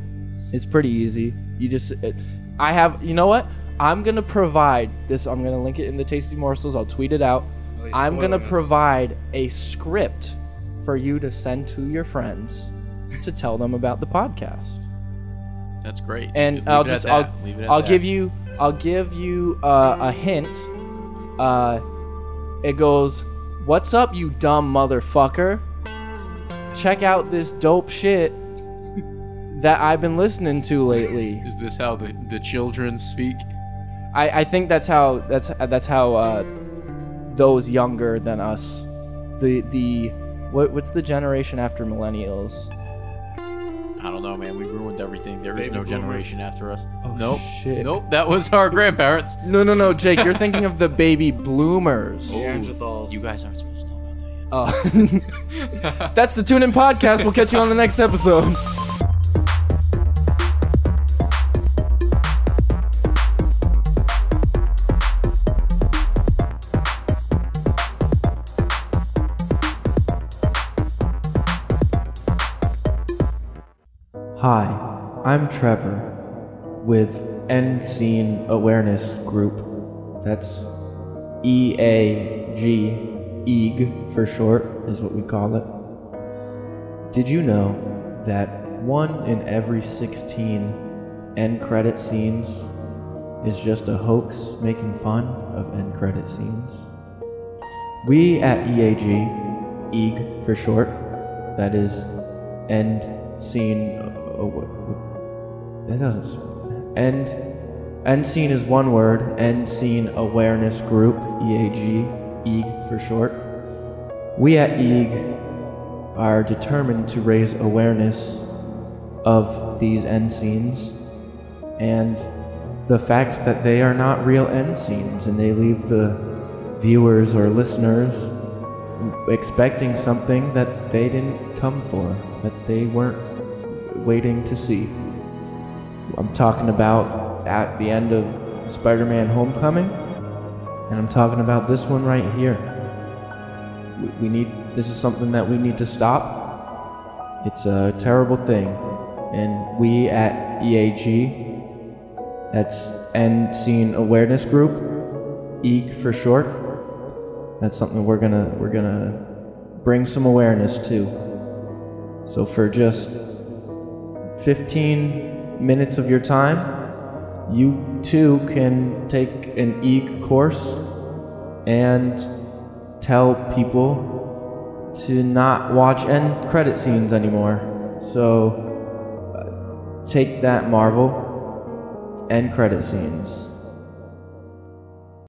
S2: It's pretty easy. You just, it, I have. You know what? I'm gonna provide this. I'm gonna link it in the Tasty Morsels. I'll tweet it out.
S3: Oh, you're
S2: I'm gonna
S3: spoiling us.
S2: provide a script for you to send to your friends to tell them about the podcast
S1: That's great.
S2: and
S1: Leave
S2: I'll
S1: it at
S2: just
S1: that.
S2: I'll,
S1: Leave it at
S2: I'll
S1: that.
S2: give you I'll give you uh, a hint. Uh, it goes, "What's up, you dumb motherfucker? Check out this dope shit that I've been listening to lately."
S1: Is this how the, the children speak?
S2: I, I think that's how that's that's how uh, those younger than us, the the what, what's the generation after millennials?
S1: I don't know, man. We ruined everything. There is
S4: Baby
S1: no
S4: boomers.
S1: generation after us. nope.
S2: shit.
S1: Nope. That was our grandparents.
S2: No, no, no, Jake, you're thinking of the baby bloomers.
S4: Neanderthals.
S1: You guys aren't supposed to know about that yet.
S2: Oh. That's the Tune In Podcast. We'll catch you on the next episode. Hi, I'm Trevor with End Scene Awareness Group. That's E A G, EAG for short, is what we call it. Did you know that one in every 16 end credit scenes is just a hoax making fun of end credit scenes? We at E EAG, EAG E for short, that is end scene. Oh, what, what- that doesn't. s- End End scene is one word. End scene awareness group, E EAG, EAG for short. We at EAG are determined to raise awareness of these end scenes and the fact that they are not real end scenes and they leave the viewers or listeners expecting something that they didn't come for, that they weren't waiting to see. I'm talking about at the end of Spider Man Homecoming. And I'm talking about this one right here. We, we need, this is something that we need to stop. It's a terrible thing. And we at E EAG, that's End Scene Awareness Group, EAG for short, that's something we're gonna, we're gonna bring some awareness to. So for just 15 minutes of your time, you too can take an EEG course and tell people to not watch end credit scenes anymore. So uh, take that Marvel end credit scenes.